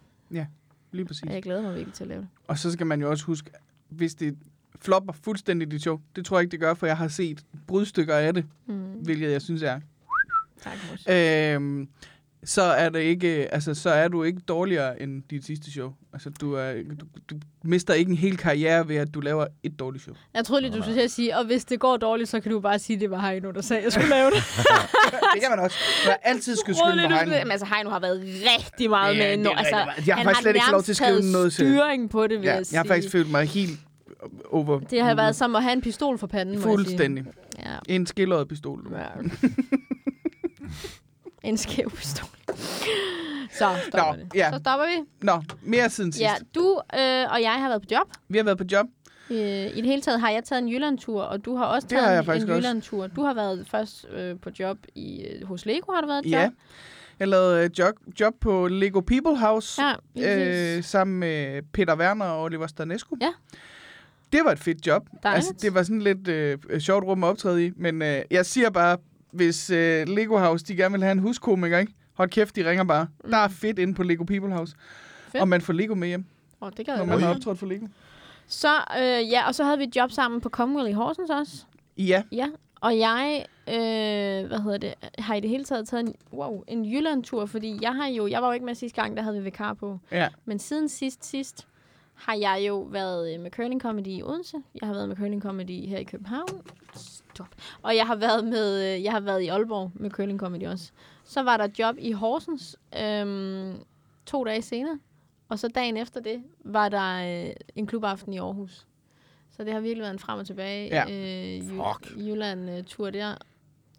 S3: Lige præcis.
S1: og jeg glæder mig virkelig til at lave det.
S3: Og så skal man jo også huske, hvis det flopper fuldstændigt i show, det tror jeg ikke, det gør, for jeg har set brudstykker af det,
S1: Mm.
S3: hvilket jeg synes er.
S1: Tak, Mos.
S3: Øhm, så er det ikke, øh, altså, så er du ikke dårligere end dit sidste show. Altså, du, er, du, du mister ikke en hel karriere ved, at du laver et dårligt show.
S1: Jeg troede lige, du skulle til at sige, og hvis det går dårligt, så kan du bare sige, at det var Heino, der sagde, at jeg skulle lave det.
S3: Det kan man også. Man har altid skulle
S1: Rode
S3: skylde
S1: lidt
S3: på
S1: ud
S3: Heino.
S1: med- Men altså, Heino har været rigtig meget
S3: Ja,
S1: med.
S3: det er
S1: nu.
S3: rigtig
S1: altså,
S3: meget. Jeg har
S1: han
S3: faktisk slet ikke fået lov til at skrive
S1: nærmest taget
S3: noget til.
S1: styring på det, vil
S3: Ja,
S1: jeg,
S3: jeg har faktisk
S1: sige.
S3: følt mig helt over...
S1: Det har været som at have en pistol for panden, må jeg sige.
S3: Fuldstændig.
S1: Ja.
S3: En skilleret pistol. du.
S1: Ja. en skæv pistol. Så stopper
S3: Nå,
S1: det.
S3: ja.
S1: Så stopper vi.
S3: Nå, mere siden sidst.
S1: Ja, du øh, og jeg har været på job.
S3: Vi har været på job.
S1: Øh, I det hele taget har jeg taget en Jylland-tur, og du har også
S3: Det
S1: taget
S3: har jeg
S1: en,
S3: faktisk
S1: en
S3: også.
S1: Jylland-tur. Du har været først øh, på job i, øh, hos Lego, har du været et
S3: Ja.
S1: job?
S3: Jeg lavede øh, job, job på Lego People House
S1: Ja, lige
S3: øh,
S1: øh,
S3: sammen med Peter Werner og Oliver Stanescu.
S1: Ja.
S3: Det var et fedt job. Altså,
S1: Dejligt.
S3: det var sådan lidt øh, øh, sjovt rum at optræde i, men øh, jeg siger bare, hvis øh, Lego House de gerne vil have en huskomiker, ikke? hold kæft, de ringer bare. Der er fedt inde på Lego People House.
S1: Mm. Fedt.
S3: Og man får Lego med hjem,
S1: oh, det gad
S3: når
S1: jeg
S3: man
S1: godt.
S3: har
S2: Ui.
S3: optrådt for Lego.
S1: Så, øh, ja, og så havde vi et job sammen på Commonwealth i Horsens også.
S3: Ja,
S1: Ja, og jeg, øh, hvad hedder det, har i det hele taget taget en, wow, en Jylland-tur, fordi jeg har jo, jeg var jo ikke med sidste gang, der havde vi vikar på.
S3: ja.
S1: Men siden sidst, sidst, har jeg jo været øh, med Curling Comedy i Odense. Jeg har været med Curling Comedy her i København. Stop. Og jeg har været med, øh, jeg har været i Aalborg med Curling Comedy også. Så var der job i Horsens øh, to dage senere. Og så dagen efter det var der øh, en klubaften i Aarhus. Så det har virkelig været en frem og tilbage
S3: Ja.
S1: øh,
S2: Fuck.
S1: Ju- Jylland-tur der.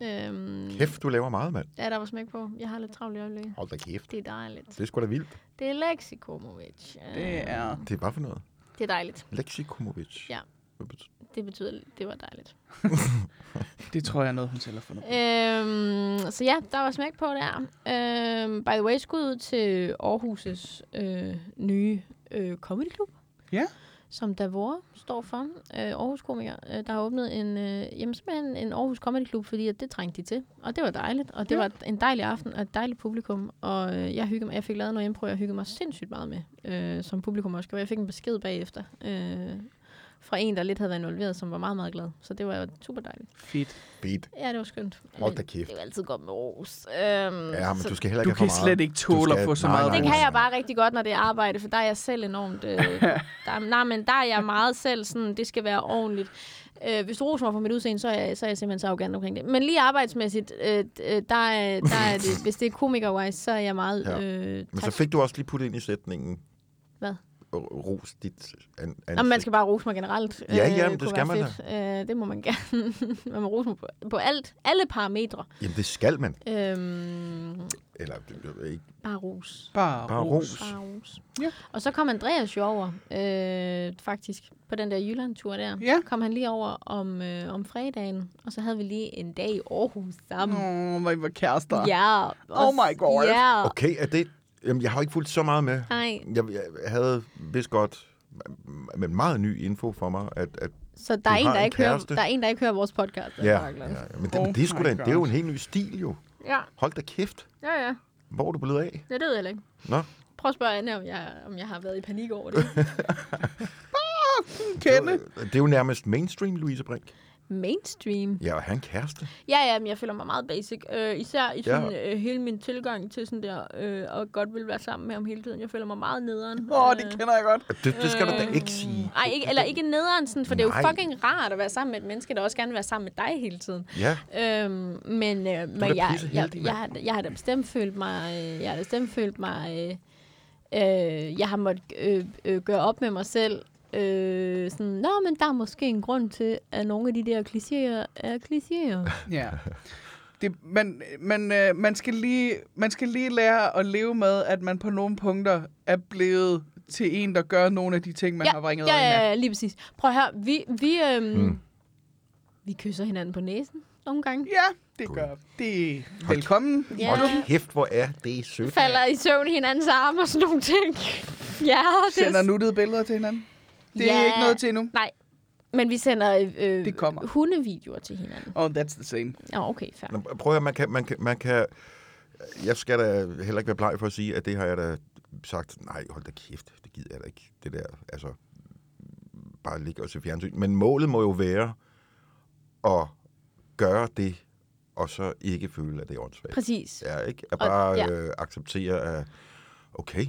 S1: Øhm,
S2: Kæft, du laver meget, mand.
S1: ja, der var smæk på. Jeg har lidt travlt i øjeblikket.
S2: Hold da kæft.
S1: Det er dejligt.
S2: Det er sgu da vildt.
S1: Det er leksikomovic.
S3: det er...
S2: Det er bare for noget.
S1: det er dejligt.
S2: Lexikomovic.
S1: Ja.
S2: Hvad betyder-
S1: Det betyder, det var dejligt.
S3: Det tror jeg er noget, hun selv har fundet. på.
S1: Øhm, så ja, der var smæk på der. Øhm, by the way, skud ud til Aarhus' øh, nye øh, comedy club.
S3: Ja.
S1: Som Davor står for. Øh, Aarhus Komiker, øh, der har åbnet en, øh, jamen, simpelthen en Aarhus Comedy Club, fordi at det trængte de til. Og det var dejligt. Og det
S3: Ja.
S1: var en dejlig aften og et dejligt publikum. Og øh, jeg, hyggede mig, jeg fik lavet noget impro, jeg hyggede mig sindssygt meget med, øh, som publikum også gjorde. Jeg fik en besked bagefter. Øh, fra en, der lidt havde været involveret, som var meget, meget glad. Så det var jo super dejligt.
S3: Fedt.
S2: Beat.
S1: Ja, det var skønt.
S2: Hold da
S1: Men
S2: kæft.
S1: Det er jo altid godt med ros. Øhm,
S2: Ja, men
S1: så
S2: du skal heller
S3: Du
S2: ikke
S3: kan
S2: have for meget.
S3: slet ikke tåle at
S2: skal-
S3: få så
S2: nej,
S3: meget
S2: nej,
S1: det
S2: nej.
S3: ros.
S1: kan jeg bare rigtig godt, når det er arbejde, for der er jeg selv enormt... Øh, der, nej, men der er jeg meget selv sådan, det skal være ordentligt. Øh, hvis du roser mig for mit udseende, så er, jeg, så er jeg simpelthen så arrogant omkring det. Men lige arbejdsmæssigt, øh, øh, der, er- der er det, hvis det er komiker-wise, så er jeg meget...
S2: Ja.
S1: Øh,
S2: Men så
S1: tak.
S2: fik du også lige puttet ind i sætningen.
S1: Hvad?
S2: R- Ros dit an,
S1: Nå, men man
S2: ansigt.
S1: skal bare rose mig generelt.
S2: Ja, ja, men det
S1: kunne
S2: skal
S1: være
S2: man
S1: fedt. Øh, det må man gerne. man må rose mig på, på alt, alle parametre.
S2: Jamen, det skal man.
S1: Øhm,
S2: Eller, det- det- ikke.
S1: bare ros.
S3: Bare,
S2: Bare
S3: ros.
S2: ros.
S1: Paus.
S3: Ja.
S1: Ja. Og så kom Andreas jo over, øh, faktisk, på den der Jylland-tur der.
S3: Ja.
S1: Kom han lige over om, øh, om fredagen, og så havde vi lige en dag i Aarhus sammen.
S3: Nå, hvor I var kærester.
S1: Ja.
S3: Oh my God.
S1: Ja.
S2: Okay, er det... Jamen, jeg har ikke fulgt så meget med.
S1: Nej,
S2: Jeg, jeg havde vist godt, men meget ny info for mig, at... at
S1: så der er,
S2: Du
S1: en,
S2: har
S1: der,
S2: en
S1: ikke hører,
S2: kæreste.
S1: der er en, der ikke hører vores podcast.
S2: ja, ja, men det,
S3: Oh
S2: men det, er sgu
S3: my
S2: da, en- det er jo
S3: God.
S2: en helt ny stil, jo.
S1: ja,
S2: Hold da kæft.
S1: ja, ja.
S2: Hvor er du blevet af?
S1: Det ved jeg heller ikke.
S2: Nå,
S1: Prøv at spørge Anna, om jeg, om jeg har været i panik over det.
S3: Kende.
S2: det er jo nærmest mainstream, Louise Brink.
S1: Mainstream.
S2: Ja, og han kæreste.
S1: Ja, ja, men jeg føler mig meget basic. Øh, især i sådan, ja. øh, hele min tilgang til sådan der, øh, og godt vil være sammen med ham hele tiden. Jeg føler mig meget nederen.
S3: Åh, oh,
S1: Øh,
S3: det kender jeg godt.
S2: Det, det skal du da ikke sige.
S1: Ej, Øh, ikke, eller ikke nederen, sådan, for Nej. det er jo
S2: Nej.
S1: fucking rart at være sammen med et menneske, der også gerne vil være sammen med dig hele tiden.
S2: Ja,
S1: Øhm, men øh, men
S2: da
S1: jeg,
S2: pisseheldig,
S1: jeg,
S2: mand.
S1: jeg, har- jeg har da bestemt følt mig... øh, Jeg har da bestemt følt mig... Øh, øh, jeg har måttet øh, øh, gøre op med mig selv. Øh, sådan, Nå, men der er måske en grund til, at nogle af de der klichéer er klichéer.
S3: Ja. Det, man, man, øh, man, skal lige, man skal lige lære at leve med, at man på nogle punkter er blevet til en, der gør nogle af de ting, man har ringet
S1: ja,
S3: øjne af.
S1: ja, lige præcis. Prøv at høre, vi, vi, øhm, mm. vi kysser hinanden på næsen nogle gange.
S3: Ja, det gør det. Velkommen.
S1: Ja.
S2: hold kæft, hvor er det sødt.
S1: falder i søvn i hinandens arme og sådan nogle ting. ja, det
S3: Sender nuttede billeder til hinanden. Det er
S1: Ja.
S3: ikke noget til endnu.
S1: Nej, men vi sender øh,
S3: Det kommer.
S1: hundevideoer til hinanden.
S3: Oh, that's the same.
S1: Nå, okay, fair.
S2: Nå, Prøv at høre, man kan, man, kan, man kan... Jeg skal da heller ikke være bleg for at sige, at det har jeg da sagt, nej, hold da kæft, det gider jeg da ikke, det der, altså, bare ligge og se fjernsyn. Men målet må jo være at gøre det, og så ikke føle, at det er åndssvagt.
S1: Præcis.
S2: Ja, ikke? At
S1: Og-
S2: bare
S1: ja.
S2: øh, acceptere, at okay,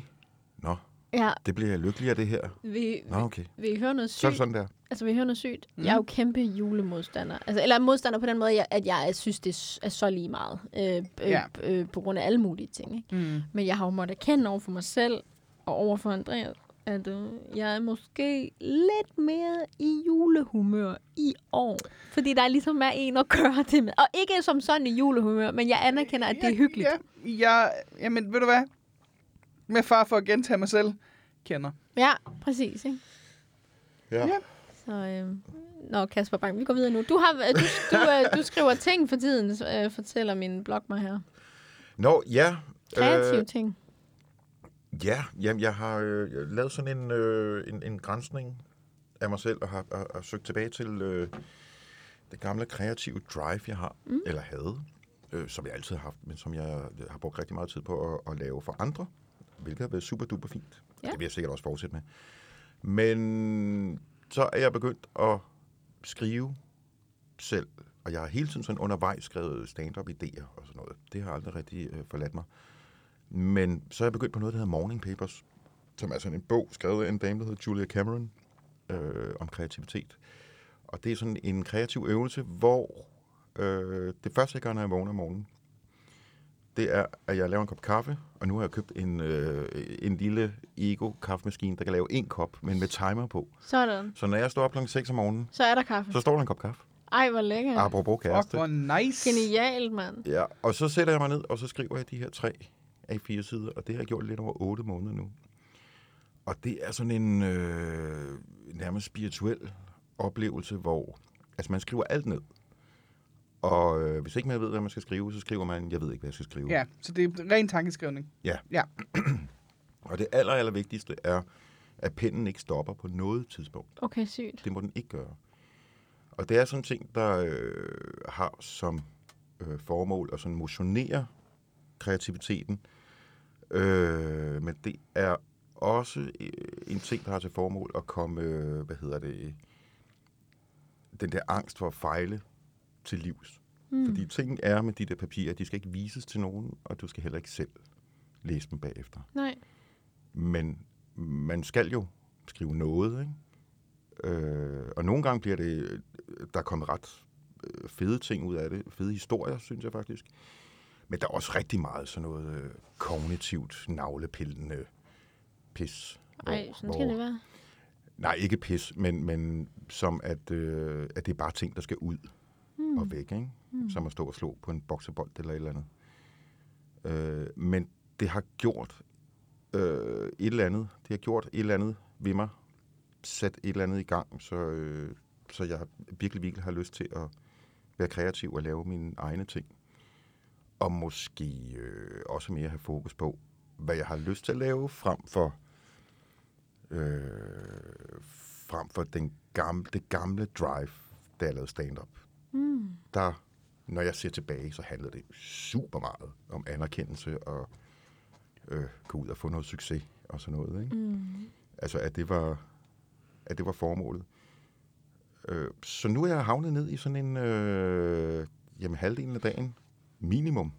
S2: nå,
S1: Ja,
S2: det bliver jeg lykkelig af det her.
S1: vi,
S2: Nå, okay.
S1: vi hører noget
S2: Så er det
S1: sygt.
S2: sådan Mhm. der.
S1: Altså, vi hører noget sygt. Mm. Jeg er jo kæmpe julemodstander. Altså, eller modstander på den måde, jeg- at jeg synes, det s- er så lige meget. Øh, øh,
S3: Ja.
S1: ja. øh, på grund af alle mulige ting. Ikke?
S3: Mm.
S1: Men jeg har jo måttet erkende over for mig selv og over for Andreas, at øh, jeg er måske lidt mere i julehumør i år. Fordi der ligesom er en at gøre det med. Og ikke som sådan i julehumør, men jeg anerkender, at det er hyggeligt.
S3: Ja, ja, jamen, ved du hvad? Med far for at gentage mig selv, kender.
S1: Ja, præcis. Ikke?
S2: Ja.
S3: Ja.
S1: Så, øh... Nå, Kasper Bang, vi går videre nu. Du, har, du, du, øh, du skriver ting for tiden, så, øh, fortæller min blog mig
S3: Øh.
S1: her.
S2: Nå, ja.
S1: Kreative øh... ting.
S2: Ja, jamen, jeg har øh, jeg har lavet sådan en, øh, en, en grænsning af mig selv, og har, har, har søgt tilbage til øh, det gamle kreative drive, jeg har, mm. eller havde, øh, som jeg altid har haft, men som jeg har brugt rigtig meget tid på at, at lave for andre, hvilket har været super duper fint.
S1: Ja.
S2: Ja. Det vil jeg sikkert også fortsætte med. Men så er jeg begyndt at skrive selv, og jeg har hele tiden sådan undervejs skrevet stand-up-idéer og sådan noget. Det har aldrig rigtig øh, forladt mig. Men så er jeg begyndt på noget, der hedder Morning Papers, som er sådan en bog, skrevet af en dame, der hedder Julia Cameron, øh, om kreativitet. Og det er sådan en kreativ øvelse, hvor øh, det første, jeg gør, når jeg vågner om morgenen, det er, at jeg laver en kop kaffe, og nu har jeg købt en, øh, en lille Ego-kaffemaskine, der kan lave en kop, men med timer på.
S1: Sådan.
S2: Så når jeg står op kl. 6 om morgenen,
S1: Så er der kaffe.
S2: så står der en kop kaffe.
S1: Ej, hvor lækkert.
S2: Ja. Apropos
S3: Fuck,
S2: kæreste.
S3: hvor nice.
S1: Genialt, mand.
S2: Ja, og så sætter jeg mig ned, og så skriver jeg de her tre A4 sider, og det har jeg gjort lidt over 8 måneder nu. Og det er sådan en øh, nærmest spirituel oplevelse, hvor altså man skriver alt ned. Og øh, hvis ikke man ved, hvad man skal skrive, så skriver man, jeg ved ikke, hvad jeg skal skrive.
S3: Ja, så det er ren tankeskrivning.
S2: Ja.
S3: Ja.
S2: Og det aller, aller vigtigste er, at pinden ikke stopper på noget tidspunkt.
S1: Okay, sygt.
S2: Det må den ikke gøre. Og det er sådan en ting, der øh, har som øh, formål at sådan motionere kreativiteten. Øh, men det er også øh, en ting, der har til formål at komme, øh, hvad hedder det, øh, den der angst for at fejle til livs. Mm. Fordi tingen er med de der papirer, de skal ikke vises til nogen, og du skal heller ikke selv læse dem bagefter.
S1: Nej.
S2: Men man skal jo skrive noget, ikke? Øh, og nogle gange bliver det, der er kommet ret øh, fede ting ud af det, fede historier, synes jeg faktisk. Men der er også rigtig meget sådan noget øh, kognitivt, navlepillende pis.
S1: Ej, sådan skal det være.
S2: Nej, ikke pis, men, men som at, øh, at det er bare ting, der skal ud mm. og væk, ikke? Mm. Som at stå og slå på en boksebold eller et eller andet. Øh, men det har gjort øh, et eller andet. Det har gjort et eller andet ved mig. Sat et eller andet i gang, så, øh, så jeg virkelig, virkelig har lyst til at være kreativ og lave mine egne ting. Og måske øh, også mere have fokus på, hvad jeg har lyst til at lave, frem for øh, frem for den gamle, det gamle drive, da jeg lavede stand-up. Mm. Der, når jeg ser tilbage, så handlede det super meget om anerkendelse og øh, gå ud og få noget succes og sådan noget. Ikke? Mm. Altså, at det var, at det var formålet. Øh, så nu er jeg havnet ned i sådan en øh, jamen, halvdelen af dagen, minimum.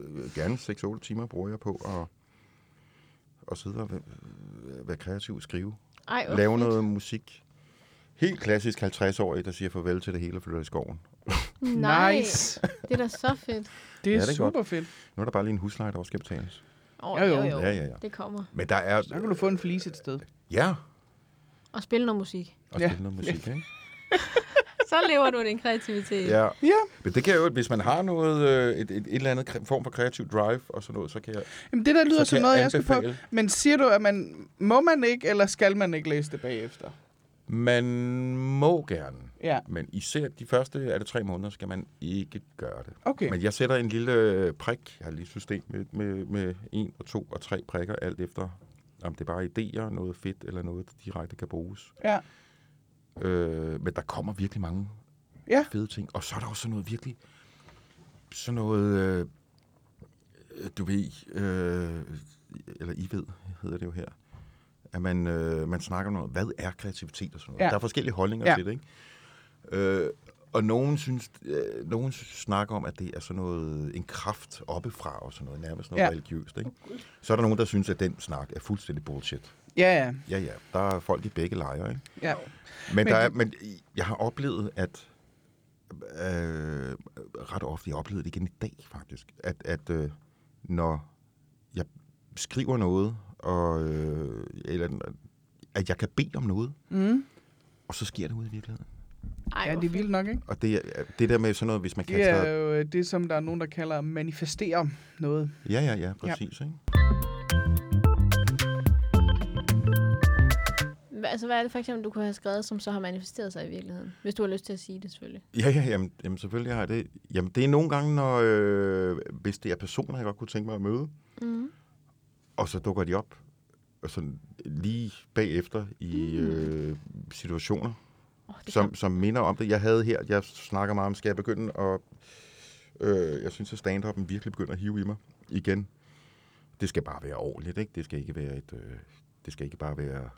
S2: Øh, gerne 6-8 timer bruger jeg på at, at sidde og være- være kreativ og skrive
S1: Ej, hvor
S2: lave
S1: fedt.
S2: noget musik. Helt klassisk 50-årig, der siger farvel til det hele og flytter i skoven.
S1: Nej,
S3: Nice.
S1: det er da så fedt.
S3: Det
S2: Ja,
S3: er, ja,
S2: det
S3: det
S2: er
S3: super godt. fedt.
S2: Nu er der bare lige en husleje, der også skal betales.
S1: Oh,
S3: Jo, jo.
S2: Ja, ja, ja.
S1: Det kommer.
S2: Men der er...
S3: Så kan du få en fleece et sted.
S2: Ja,
S1: Og spille noget musik.
S2: og
S3: Ja.
S2: spille noget musik, ikke?
S1: Så lever du din kreativitet.
S2: Ja.
S3: Ja.
S2: Men det kan jo, hvis man har noget, øh, et, et, et eller andet kre- form for kreativ drive og sådan noget, så kan jeg...
S3: Jamen, det der lyder
S2: kan
S3: som
S2: jeg
S3: noget, jeg skal på.
S2: anbefale-
S3: Men siger du, at man må man ikke, eller skal man ikke læse det bagefter?
S2: Man må gerne.
S3: Ja.
S2: Men især de første, er det tre måneder, skal man ikke gøre det.
S3: Okay.
S2: Men jeg sætter en lille øh, prik. Jeg har lige et system med, med, med en og to og tre prikker, alt efter om det er bare idéer, noget fedt eller noget, der direkte kan bruges.
S3: Ja.
S2: Øh, men der kommer virkelig mange
S3: Ja.
S2: fede ting. Og så er der også sådan noget virkelig... Sådan noget... Øh, øh, du ved... Øh, eller I ved, hedder det jo her. At man, øh, man snakker om noget. Hvad er kreativitet og sådan noget?
S3: Ja.
S2: Der er forskellige holdninger
S3: Ja.
S2: til det, ikke? Øh, Og nogen, synes, øh, nogen snakker om, at det er sådan noget, en kraft oppefra og sådan noget, nærmest noget
S3: Ja.
S2: ja. religiøst. Ikke? Så er der nogen, der synes, at den snak er fuldstændig bullshit.
S3: Ja, ja.
S2: Ja, ja, der er folk i begge lejre. Ikke?
S3: ja.
S2: Men, men, der er, men jeg har oplevet, at øh, ret ofte, jeg har oplevet det igen i dag faktisk, at, at øh, når jeg skriver noget, og, øh, eller at jeg kan bede om noget,
S3: Mm.
S2: og så sker det ude i virkeligheden.
S1: Ej,
S3: ja, det er vildt nok, ikke?
S2: Og det, er- det der med sådan noget, hvis man
S3: Det
S2: kaster...
S3: er jo øh, det, som der er nogen, der kalder manifestere noget.
S2: Ja, ja, ja, præcis. Ja. Ikke?
S1: Hva- Altså, hvad er det for eksempel, du kunne have skrevet, som så har manifesteret sig i virkeligheden? Hvis du har lyst til at sige det, selvfølgelig.
S2: Ja, ja, jamen, jamen selvfølgelig har jeg det. Jamen, det er nogle gange, når, øh, hvis det er personer, jeg godt kunne tænke mig at møde,
S1: Mm.
S2: og så dukker de op og sådan lige bagefter i øh, situationer,
S1: Oh, Mm. det
S2: som, som minder om det. Jeg havde her, jeg snakker meget om, skal jeg begynde at... Øh, jeg synes, at stand-upen virkelig begynder at hive i mig igen. Det skal bare være ordentligt, ikke? Det skal ikke være et... Øh, det skal ikke bare være...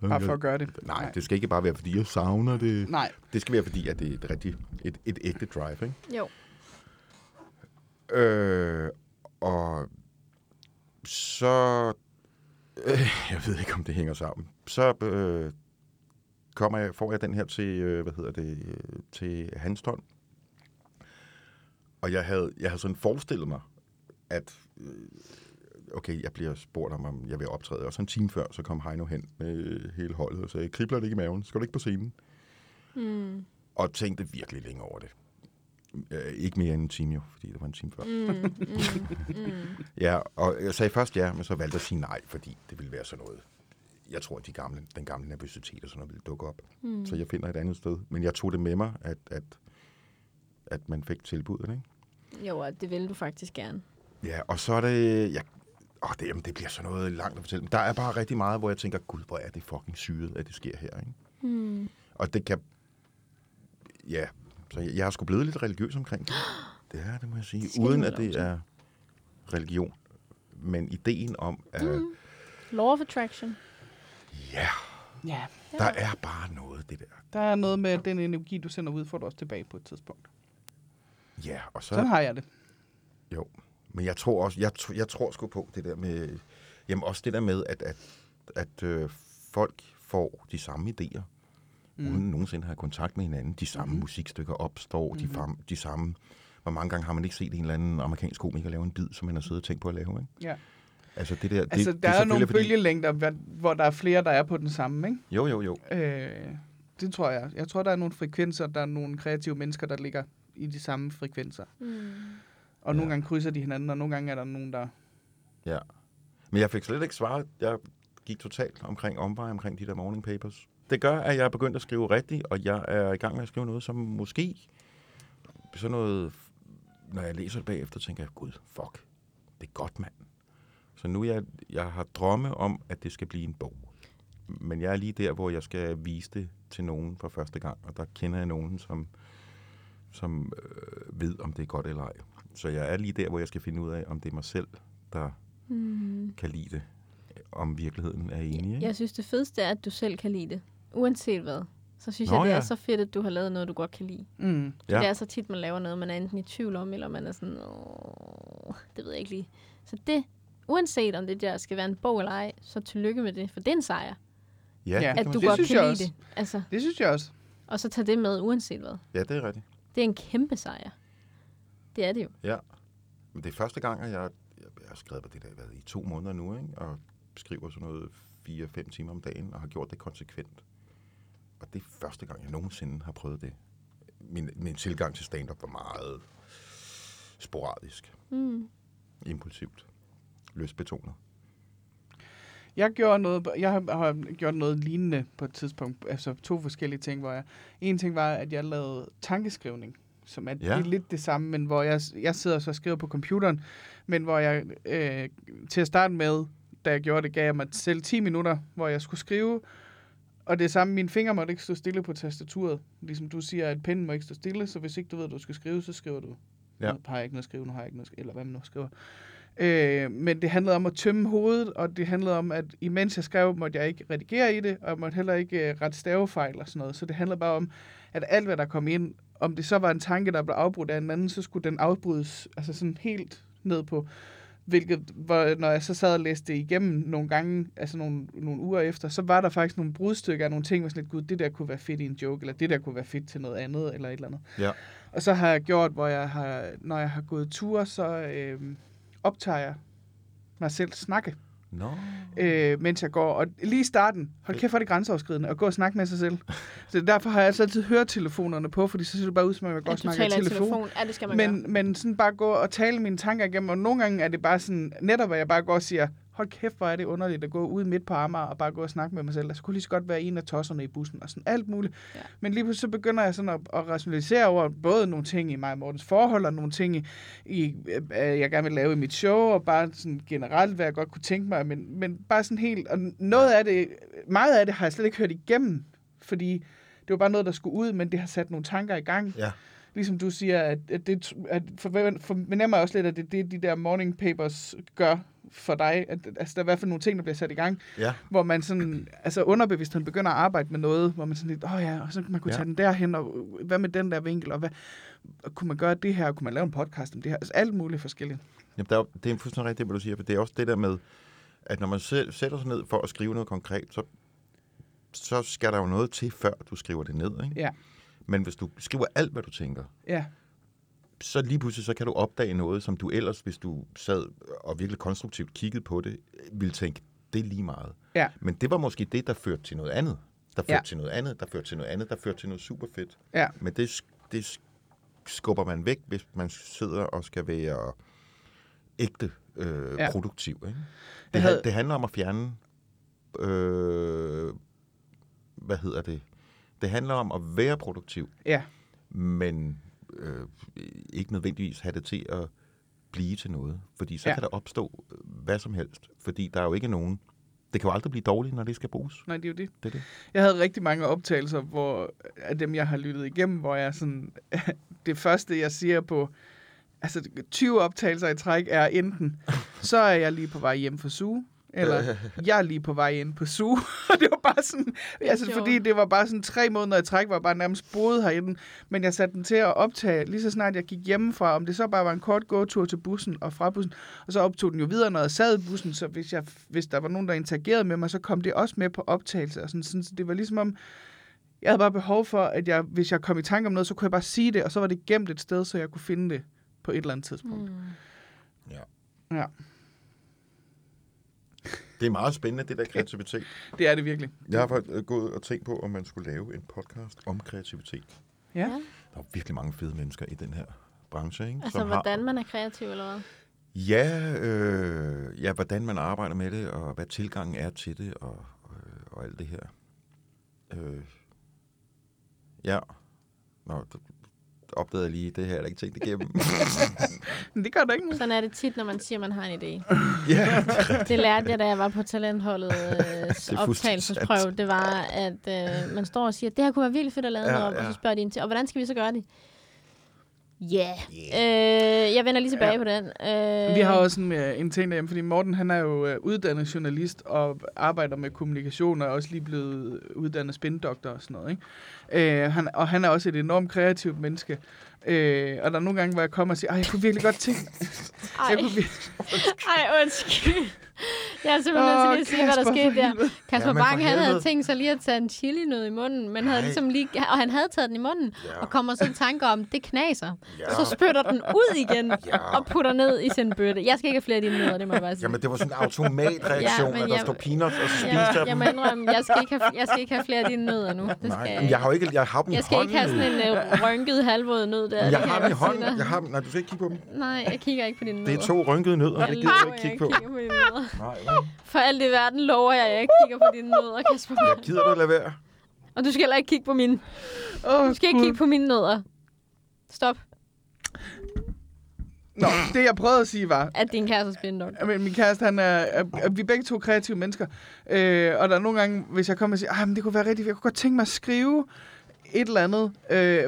S3: Bare for at gøre det.
S2: Nej, det skal ikke bare være, fordi jeg savner det.
S3: Nej.
S2: Det skal være, fordi at det er et, rigtig, et, et ægte drive, ikke?
S1: Jo.
S2: Øh, og så... Øh, jeg ved ikke, om det hænger sammen. Så øh, kommer jeg, får jeg den her til, øh, hvad hedder det, øh, til Hanstholm. Og jeg havde, jeg havde sådan forestillet mig, at øh, okay, jeg bliver spurgt om, om jeg vil optræde. Og så en time før, så kom Heino hen med hele holdet og sagde, kribler det ikke i maven? Skal du ikke på scenen?
S1: Mm.
S2: Og tænkte virkelig længe over det. Øh, ikke mere end en time jo, fordi det var en time før.
S1: Mm. Mm. Mm.
S2: Ja, og jeg sagde først ja, men så valgte jeg at sige nej, fordi det ville være sådan noget. Jeg tror, at de gamle, den gamle nervøsitet og sådan noget ville dukke op. Mm. Så jeg finder et andet sted. Men jeg tog det med mig, at, at, at man fik tilbuddet. Ikke?
S1: Jo, og det vil du faktisk gerne.
S2: Ja, og så er det... Jeg, åh, det, jamen, det bliver sådan noget langt at fortælle. Men der er bare rigtig meget, hvor jeg tænker, gud, hvor er det fucking syret, at det sker her. Ikke?
S1: Mm.
S2: Og det kan... Ja, så jeg, jeg er sgu blevet lidt religiøs omkring det. Det er det, må jeg sige.
S1: Det skal
S2: Uden
S1: du
S2: at
S1: have lov
S2: det
S1: til.
S2: er religion. Men ideen om, at... Mm.
S1: Law of attraction.
S2: Ja,
S3: Ja.
S2: Der er bare noget, det der.
S3: Der er noget med, at den energi, du sender ud, får du også tilbage på et tidspunkt.
S2: Ja, og så...
S3: Sådan har jeg det.
S2: Jo. Men jeg tror også, jeg, tr- jeg tror sgu på det der med... Jamen også det der med, at, at, at øh, folk får de samme idéer, mm. uden nogensinde at have kontakt med hinanden. De samme
S3: Mm-hmm.
S2: mm. musikstykker opstår, mm. de, fam- de samme... Hvor mange gange har man ikke set en eller anden amerikansk komiker lave en bid, som man har siddet og tænkt på at lave, ikke?
S3: Ja.
S2: Altså det der...
S3: Altså,
S2: det,
S3: der
S2: det
S3: er, nogle
S2: selvfølgelig
S3: bølgelængder, hvor- hvor der er flere, der er på den samme, ikke?
S2: Jo, jo, jo.
S3: Øh, det tror jeg. Jeg tror, der er nogle frekvenser, der er nogle kreative mennesker, der ligger i de samme frekvenser.
S1: Mm.
S3: Og ja. nogle
S2: Ja.
S3: gange krydser de hinanden, og nogle gange er der nogen, der...
S2: Ja. Men jeg fik slet ikke svaret. Jeg gik totalt omkring omveje omkring de der morning papers. Det gør, at jeg er begyndt at skrive rigtigt, og jeg er i gang med at skrive noget, som måske sådan noget, når jeg læser det bagefter, tænker jeg, gud, fuck, det er godt, mand. Så nu jeg, jeg har drømme om, at det skal blive en bog. Men jeg er lige der, hvor jeg skal vise det til nogen for første gang, og der kender jeg nogen, som, som øh, ved, om det er godt eller ej. Så jeg er lige der, hvor jeg skal finde ud af, om det er mig selv, der
S1: Mm.
S2: kan lide det, om virkeligheden er enig. Ikke?
S1: Jeg synes, det fedeste er, at du selv kan lide det. Uanset hvad. Så synes
S2: Nå,
S1: jeg, det
S2: ja.
S1: er så fedt, at du har lavet noget, du godt kan lide.
S3: Mm.
S1: Ja.
S2: Ja.
S1: Det er så tit, man laver noget, man er enten i tvivl om, eller man er sådan, Åh, det ved jeg ikke lige. Så det, uanset om det der skal være en bog eller ej, så tillykke med det, for det er en sejr,
S2: Ja,
S3: Ja.
S2: ja.
S1: at
S2: Det,
S1: du
S2: du...
S3: sige.
S1: godt
S3: Det synes
S1: kan
S3: jeg
S1: lide
S3: også.
S1: det. Altså,
S3: Det synes jeg også.
S1: og så tage det med, uanset hvad.
S2: ja, det er rigtigt.
S1: Det er en kæmpe sejr. Det er det jo.
S2: Ja. Men det er første gang, at jeg, jeg, jeg har skrevet på det der hvad, i to måneder nu, ikke? og skriver sådan noget 4-5 timer om dagen, og har gjort det konsekvent. Og det er første gang, jeg nogensinde har prøvet det. Min, min tilgang til stand-up var meget sporadisk,
S1: Mm.
S2: impulsivt, løsbetonet.
S3: Jeg gjorde noget, jeg har, har gjort noget lignende på et tidspunkt, altså to forskellige ting, hvor jeg, en ting var, at jeg lavede tankeskrivning, som er, ja.
S2: Ja.
S3: det er lidt det samme, men hvor jeg, jeg sidder og så skriver på computeren, men hvor jeg øh, til at starte med, da jeg gjorde det, gav jeg mig selv 10 minutter, hvor jeg skulle skrive, og det samme, mine fingre måtte ikke stå stille på tastaturet. Ligesom du siger, at pinden må ikke stå stille, så hvis ikke du ved, at du skal skrive, så skriver du.
S2: Ja.
S3: Nu har jeg ikke noget at skrive, nu har jeg ikke noget at skrive, eller hvad man nu skriver. Øh, men det handlede om at tømme hovedet, og det handlede om, at imens jeg skrev, måtte jeg ikke redigere i det, og jeg måtte heller ikke øh, rette stavefejl og sådan noget. Så det handlede bare om, at alt hvad der kom ind, om det så var en tanke, der blev afbrudt af en anden, så skulle den afbrydes altså sådan helt ned på, hvilket, hvor, når jeg så sad og læste det igennem nogle gange, altså nogle, nogle uger efter, så var der faktisk nogle brudstykker af nogle ting, hvor jeg sådan lidt, gud, det der kunne være fedt i en joke, eller det der kunne være fedt til noget andet, eller et eller andet.
S2: Ja.
S3: Og så har jeg gjort, hvor jeg har, når jeg har gået ture, så øh, optager jeg mig selv snakke,
S2: Nå.
S3: øh, mens jeg går. Og lige i starten, hold kæft, hvor er det grænseoverskridende at gå og snakke med sig selv. Så derfor har jeg altså altid høretelefonerne på, fordi så ser det bare ud, som om jeg går og
S1: At du
S3: snakker i
S1: taler i
S3: telefon.
S1: telefon. Ja, det skal man gøre.
S3: Men, men sådan bare gå og tale mine tanker igennem, og nogle gange er det bare sådan, netop at jeg bare går og siger, hold kæft, hvor er det underligt at gå ud midt på Amager og bare gå og snakke med mig selv. Altså, kunne lige så godt være en af tosserne i bussen og sådan alt muligt.
S1: Ja.
S3: Ja. Men lige pludselig så begynder jeg sådan at, at rationalisere over både nogle ting i mig og Mortens forhold, og nogle ting, i, i, øh, jeg gerne vil lave i mit show, og bare sådan generelt, hvad jeg godt kunne tænke mig. Men, men bare sådan helt, og noget af det, meget af det har jeg slet ikke hørt igennem, fordi det var bare noget, der skulle ud, men det har sat nogle tanker i gang
S2: Ja.
S3: ligesom du siger, at, at det at forven- fornemmer jeg også lidt, at det er det, de der morning papers gør for dig. At, altså, der er i hvert fald nogle ting, der bliver sat i gang,
S2: Ja.
S3: hvor man sådan, altså underbevidstheden begynder at arbejde med noget, hvor man sådan lidt, åh oh ja, og så kan man kunne
S2: Ja.
S3: ja. tage den derhen, og hvad med den der vinkel, og hvad, og kunne man gøre det her, og kunne man lave en podcast om det her, altså alt muligt forskelligt.
S2: Jamen, der er, jo- det er fuldstændig rigtigt, hvad du siger, for det er også det der med, at når man sæ- sætter sig ned for at skrive noget konkret, så, så skal der jo noget til, før du skriver det ned. Ikke?
S3: Ja,
S2: Men hvis du skriver alt, hvad du tænker,
S3: ja,
S2: så lige pludselig så kan du opdage noget, som du ellers, hvis du sad og virkelig konstruktivt kiggede på det, ville tænke, det er lige meget.
S3: ja,
S2: Men det var måske det, der førte til noget andet. Der førte ja.
S3: Ja.
S2: til noget andet, der førte til noget andet, der førte til noget super fedt.
S3: ja,
S2: Men det, sk- det sk- skubber man væk, hvis man sidder og skal være ægte øh, ja.
S3: Ja.
S2: produktiv. Ikke? Det,
S3: Jeg
S2: havde...
S3: havde-
S2: det handler om at fjerne... Øh, hvad hedder det? Det handler om at være produktiv,
S3: ja.
S2: men øh, ikke nødvendigvis have det til at blive til noget. Fordi så ja.
S3: Ja.
S2: kan der opstå øh, hvad som helst. Fordi der er jo ikke nogen... Det kan jo aldrig blive dårligt, når det skal bruges.
S3: Nej, det er jo det.
S2: Det er det.
S3: Jeg havde rigtig mange optagelser hvor, af dem, jeg har lyttet igennem, hvor jeg sådan, det første, jeg siger på altså 20 optagelser i træk, er enten, så er jeg lige på vej hjem fra suge, eller jeg er lige på vej ind på suge. Og det var bare sådan, altså,
S1: sjovt.
S3: fordi det var bare sådan tre måneder i træk, hvor jeg bare nærmest boede herinde. Men jeg satte den til at optage, lige så snart jeg gik hjemmefra, om det så bare var en kort gåtur til bussen og fra bussen. Og så optog den jo videre, når jeg sad i bussen, så hvis, jeg, hvis der var nogen, der interagerede med mig, så kom det også med på optagelse. Og sådan, sådan, så det var ligesom om, jeg havde bare behov for, at jeg, hvis jeg kom i tanke om noget, så kunne jeg bare sige det, og så var det gemt et sted, så jeg kunne finde det på et eller andet tidspunkt. Mm.
S2: Ja.
S1: Mm.
S3: Ja,
S2: Det er meget spændende, det der kreativitet.
S3: det er det virkelig.
S2: Jeg har faktisk øh, gået og tænkt på, om man skulle lave en podcast om kreativitet.
S3: Ja.
S2: Der er virkelig mange fede mennesker i den her branche, ikke?
S1: Altså,
S2: Som
S1: hvordan
S2: Har,
S1: man er kreativ, eller hvad?
S2: ja, øh, ja, hvordan man arbejder med det, og hvad tilgangen er til det, og, øh, og alt det her. Øh, ja. Nå, d- opdagede jeg lige, det her jeg da ikke tænkt igennem.
S3: Men det gør der ikke noget.
S1: Sådan er det tit, når man siger, man har en idé.
S2: ja,
S1: Det lærte jeg, da jeg var på talentholdet øh,
S2: fuldstændig
S1: optagelsesprøve. Det var, at øh, man står og siger, det her kunne være vildt fedt at lave
S2: Ja,
S1: ja, noget, ja. og
S2: ja.
S1: så spørger de en til, og hvordan skal vi så gøre det? Ja. Yeah. Øh, jeg vender lige tilbage ja. på den. Øh,
S3: Vi har også en, øh, en ting derhjemme, fordi Morten han er jo øh, uddannet journalist og arbejder med kommunikation og er også lige blevet uddannet spindoktor og sådan noget. Ikke? Øh, han, og han er også et enormt kreativt menneske. Øh, og der er nogle gange, hvor jeg kommer og siger, "Ej, jeg kunne virkelig godt tænke...
S1: Ej,
S3: Jeg kunne vir-
S1: ej undskyld. Jeg er simpelthen nødt til
S3: Åh,
S1: lige at sige, hvad der
S3: Kasper, for
S1: skete der.
S3: helvede.
S1: Kasper
S2: Jamen, for
S1: Bang, han havde
S2: helvede.
S1: tænkt sig lige at tage en chili nød i munden, men havde
S2: Ej.
S1: ligesom lige, og han havde taget den i munden,
S2: Ja.
S1: ja. og kommer så i tanker om, det knaser.
S2: Ja.
S1: Ja. Så spytter den ud igen,
S2: Ja.
S1: ja. og putter ned i sin bøtte. Jeg skal ikke have flere af dine nødder, det må jeg bare sige.
S2: jamen det var sådan en automatreaktion,
S1: Ja,
S2: ja,
S1: men
S2: at der
S1: jeg-
S2: står peanuts, og så spiste
S1: jeg,
S2: jeg
S1: jeg
S2: dem.
S1: må indrømme, jeg skal ikke have, jeg skal ikke have flere af dine nødder nu. Det skal
S2: Nej,
S1: jeg,
S2: jamen, jeg har jo ikke, jeg har dem i
S1: jeg skal ikke have
S2: hånden.
S1: sådan en uh, rynket, halvvåd nød der.
S2: Jeg
S1: det kan
S2: har dem i
S1: godt sige
S2: hånden.
S1: dig.
S2: Jeg har dem. Nej, du skal ikke kigge på dem.
S1: Nej, jeg kigger ikke på dine
S2: Det
S1: nødder.
S2: er to rynkede nødder,
S1: jeg
S2: det gider jeg ikke kigge på.
S1: kigger på dine nødder.
S2: Nej, nej.
S1: For alt i verden lover jeg, at jeg ikke kigger på dine nødder, Kasper.
S2: Jeg gider du at lade være.
S1: Og du skal heller ikke kigge på mine.
S3: Åh,
S1: Du skal ikke
S3: Gud.
S1: kigge på mine nødder. Stop.
S3: Nå, det jeg prøvede at sige var,
S1: At din kæreste spindok.
S3: Ja, Men min kæreste, han er, er, er, vi er begge to kreative mennesker. Øh, og der er nogle gange, hvis jeg kommer og siger, at det kunne være rigtigt, jeg kunne godt tænke mig at skrive et eller andet. Øh,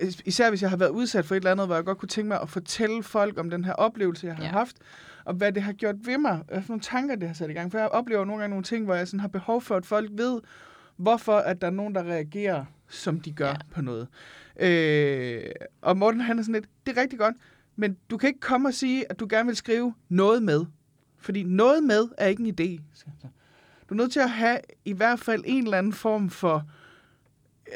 S3: is- især hvis jeg har været udsat for et eller andet, hvor jeg godt kunne tænke mig at fortælle folk om den her oplevelse, jeg har
S1: Ja.
S3: haft. og hvad det har gjort ved mig, hvad for nogle tanker det har sat i gang. For jeg oplever nogle gange nogle ting, hvor jeg sådan har behov for, at folk ved, hvorfor at der er nogen, der reagerer, som de gør ja. på noget. Øh, og Morten han er sådan lidt, det er rigtig godt, men du kan ikke komme og sige, at du gerne vil skrive noget med. Fordi noget med er ikke en idé. siger han så. Du er nødt til at have i hvert fald en eller anden form for,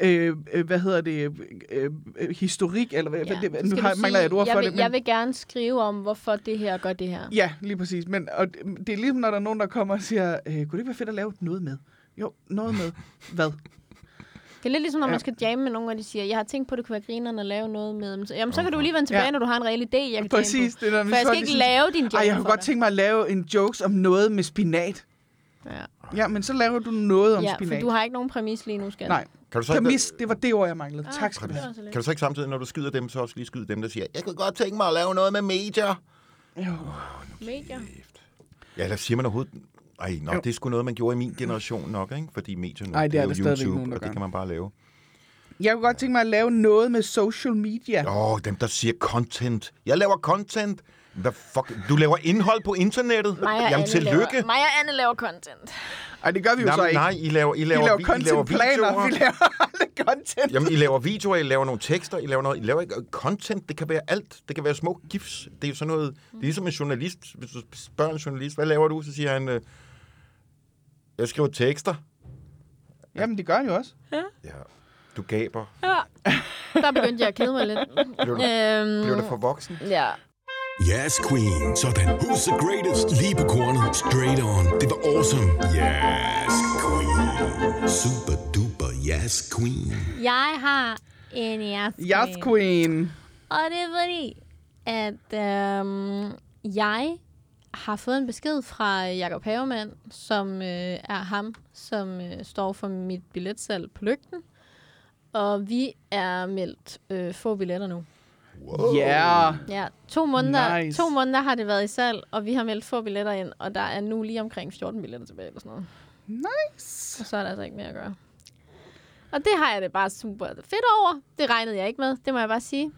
S3: øh, øh, hvad hedder det, øh, øh, historik, eller hvad, ja. det,
S1: Skal
S3: nu
S1: du
S3: har, mangler jeg et ord
S1: jeg
S3: for
S1: vil,
S3: det.
S1: Jeg vil gerne skrive om, hvorfor det her gør det her.
S3: Ja, lige præcis. Men og det- det er ligesom, når der er nogen, der kommer og siger, øh, kunne det ikke være fedt at lave noget med? Jo, noget med. Hvad?
S1: Det er lidt ligesom, når
S3: Ja.
S1: man skal jamme med nogen, og de siger, jeg har tænkt på, at det kunne være grineren at lave noget med dem. Så, jamen, så kan du lige vende tilbage,
S3: Ja.
S1: når du har en reel idé, jeg kan
S3: Præcis.
S1: jamme
S3: Det, er, når
S1: på.
S3: vi
S1: For jeg
S3: får
S1: skal
S3: de
S1: ikke
S3: sådan,
S1: lave din jam
S3: Ej, jeg kunne
S1: for
S3: godt
S1: dig."
S3: tænke mig at lave en jokes om noget med spinat.
S1: Ja,
S3: Ja, men så laver du noget om
S1: ja for
S3: spinat.
S1: du har ikke nogen præmis lige nu, skal
S3: Nej,
S2: Kan du så ikke,
S3: præmis, det var det ord, jeg manglede.
S1: Ah.
S3: Tak skal du
S2: Præmis.
S3: have.
S2: kan du så ikke samtidig, når du skyder dem, så også lige skyde dem, der siger, jeg kunne godt tænke mig at lave noget med medier.
S3: Jo.
S1: Medier.
S2: Ja, eller siger man overhovedet... Ej, nå,
S3: Jo.
S2: det er sgu noget, man gjorde i min generation nok, ikke? Fordi medier nu,
S3: Ej, det er
S2: jo
S3: der stadigvæk
S2: YouTube,
S3: nogen, der
S2: og det
S3: gør.
S2: kan man bare lave.
S3: Jeg kunne godt tænke mig at lave noget med social media.
S2: Åh, oh, dem der siger content. Jeg laver content. Hvad fuck? Du laver indhold på internettet?
S1: Maja og
S2: Jamen,
S1: Anne
S2: tillykke.
S1: Laver, Maja og Anne laver content.
S3: Ej, det gør vi jo så
S2: Nej,
S3: ikke.
S2: nej, I laver, I
S3: vi
S2: laver,
S3: laver
S2: vi- I laver
S3: contentplaner,
S2: videoer.
S3: vi laver aldrig content.
S2: Jamen, I laver videoer, I laver nogle tekster, I laver noget, I laver ikke content, det kan være alt. Det kan være små gifs. Det er jo sådan noget, det er ligesom en journalist. Hvis du spørger en journalist, hvad laver du? Så siger han, øh, jeg skriver tekster.
S3: Jamen, det gør han jo også.
S2: Ja, du gaber.
S1: Der begyndte jeg at kede mig lidt.
S2: Blev du,
S1: øhm,
S2: blev du for voksen?
S1: Ja.
S4: Yes, queen. Sådan. Who's the greatest? Lige på kornet. Straight on. Det var awesome. Yes, queen. Super duper. Yes, queen.
S1: Jeg har en jazzqueen.
S3: Yes, queen.
S1: Og det er fordi, at øhm, jeg har fået en besked fra Jakob Havemand, som øh, er ham, som øh, står for mit billetsalg på lygten. Og vi er meldt øh, få billetter nu.
S2: Wow.
S3: Yeah.
S1: Ja, to måneder,
S3: Nice.
S1: nice. to måneder har det været i salg, og vi har meldt få billetter ind, og der er nu lige omkring 14 billetter tilbage eller sådan noget. Nice! Og så er der altså ikke mere at gøre. Og det har jeg det bare super fedt over. Det regnede jeg ikke med, det må jeg bare sige.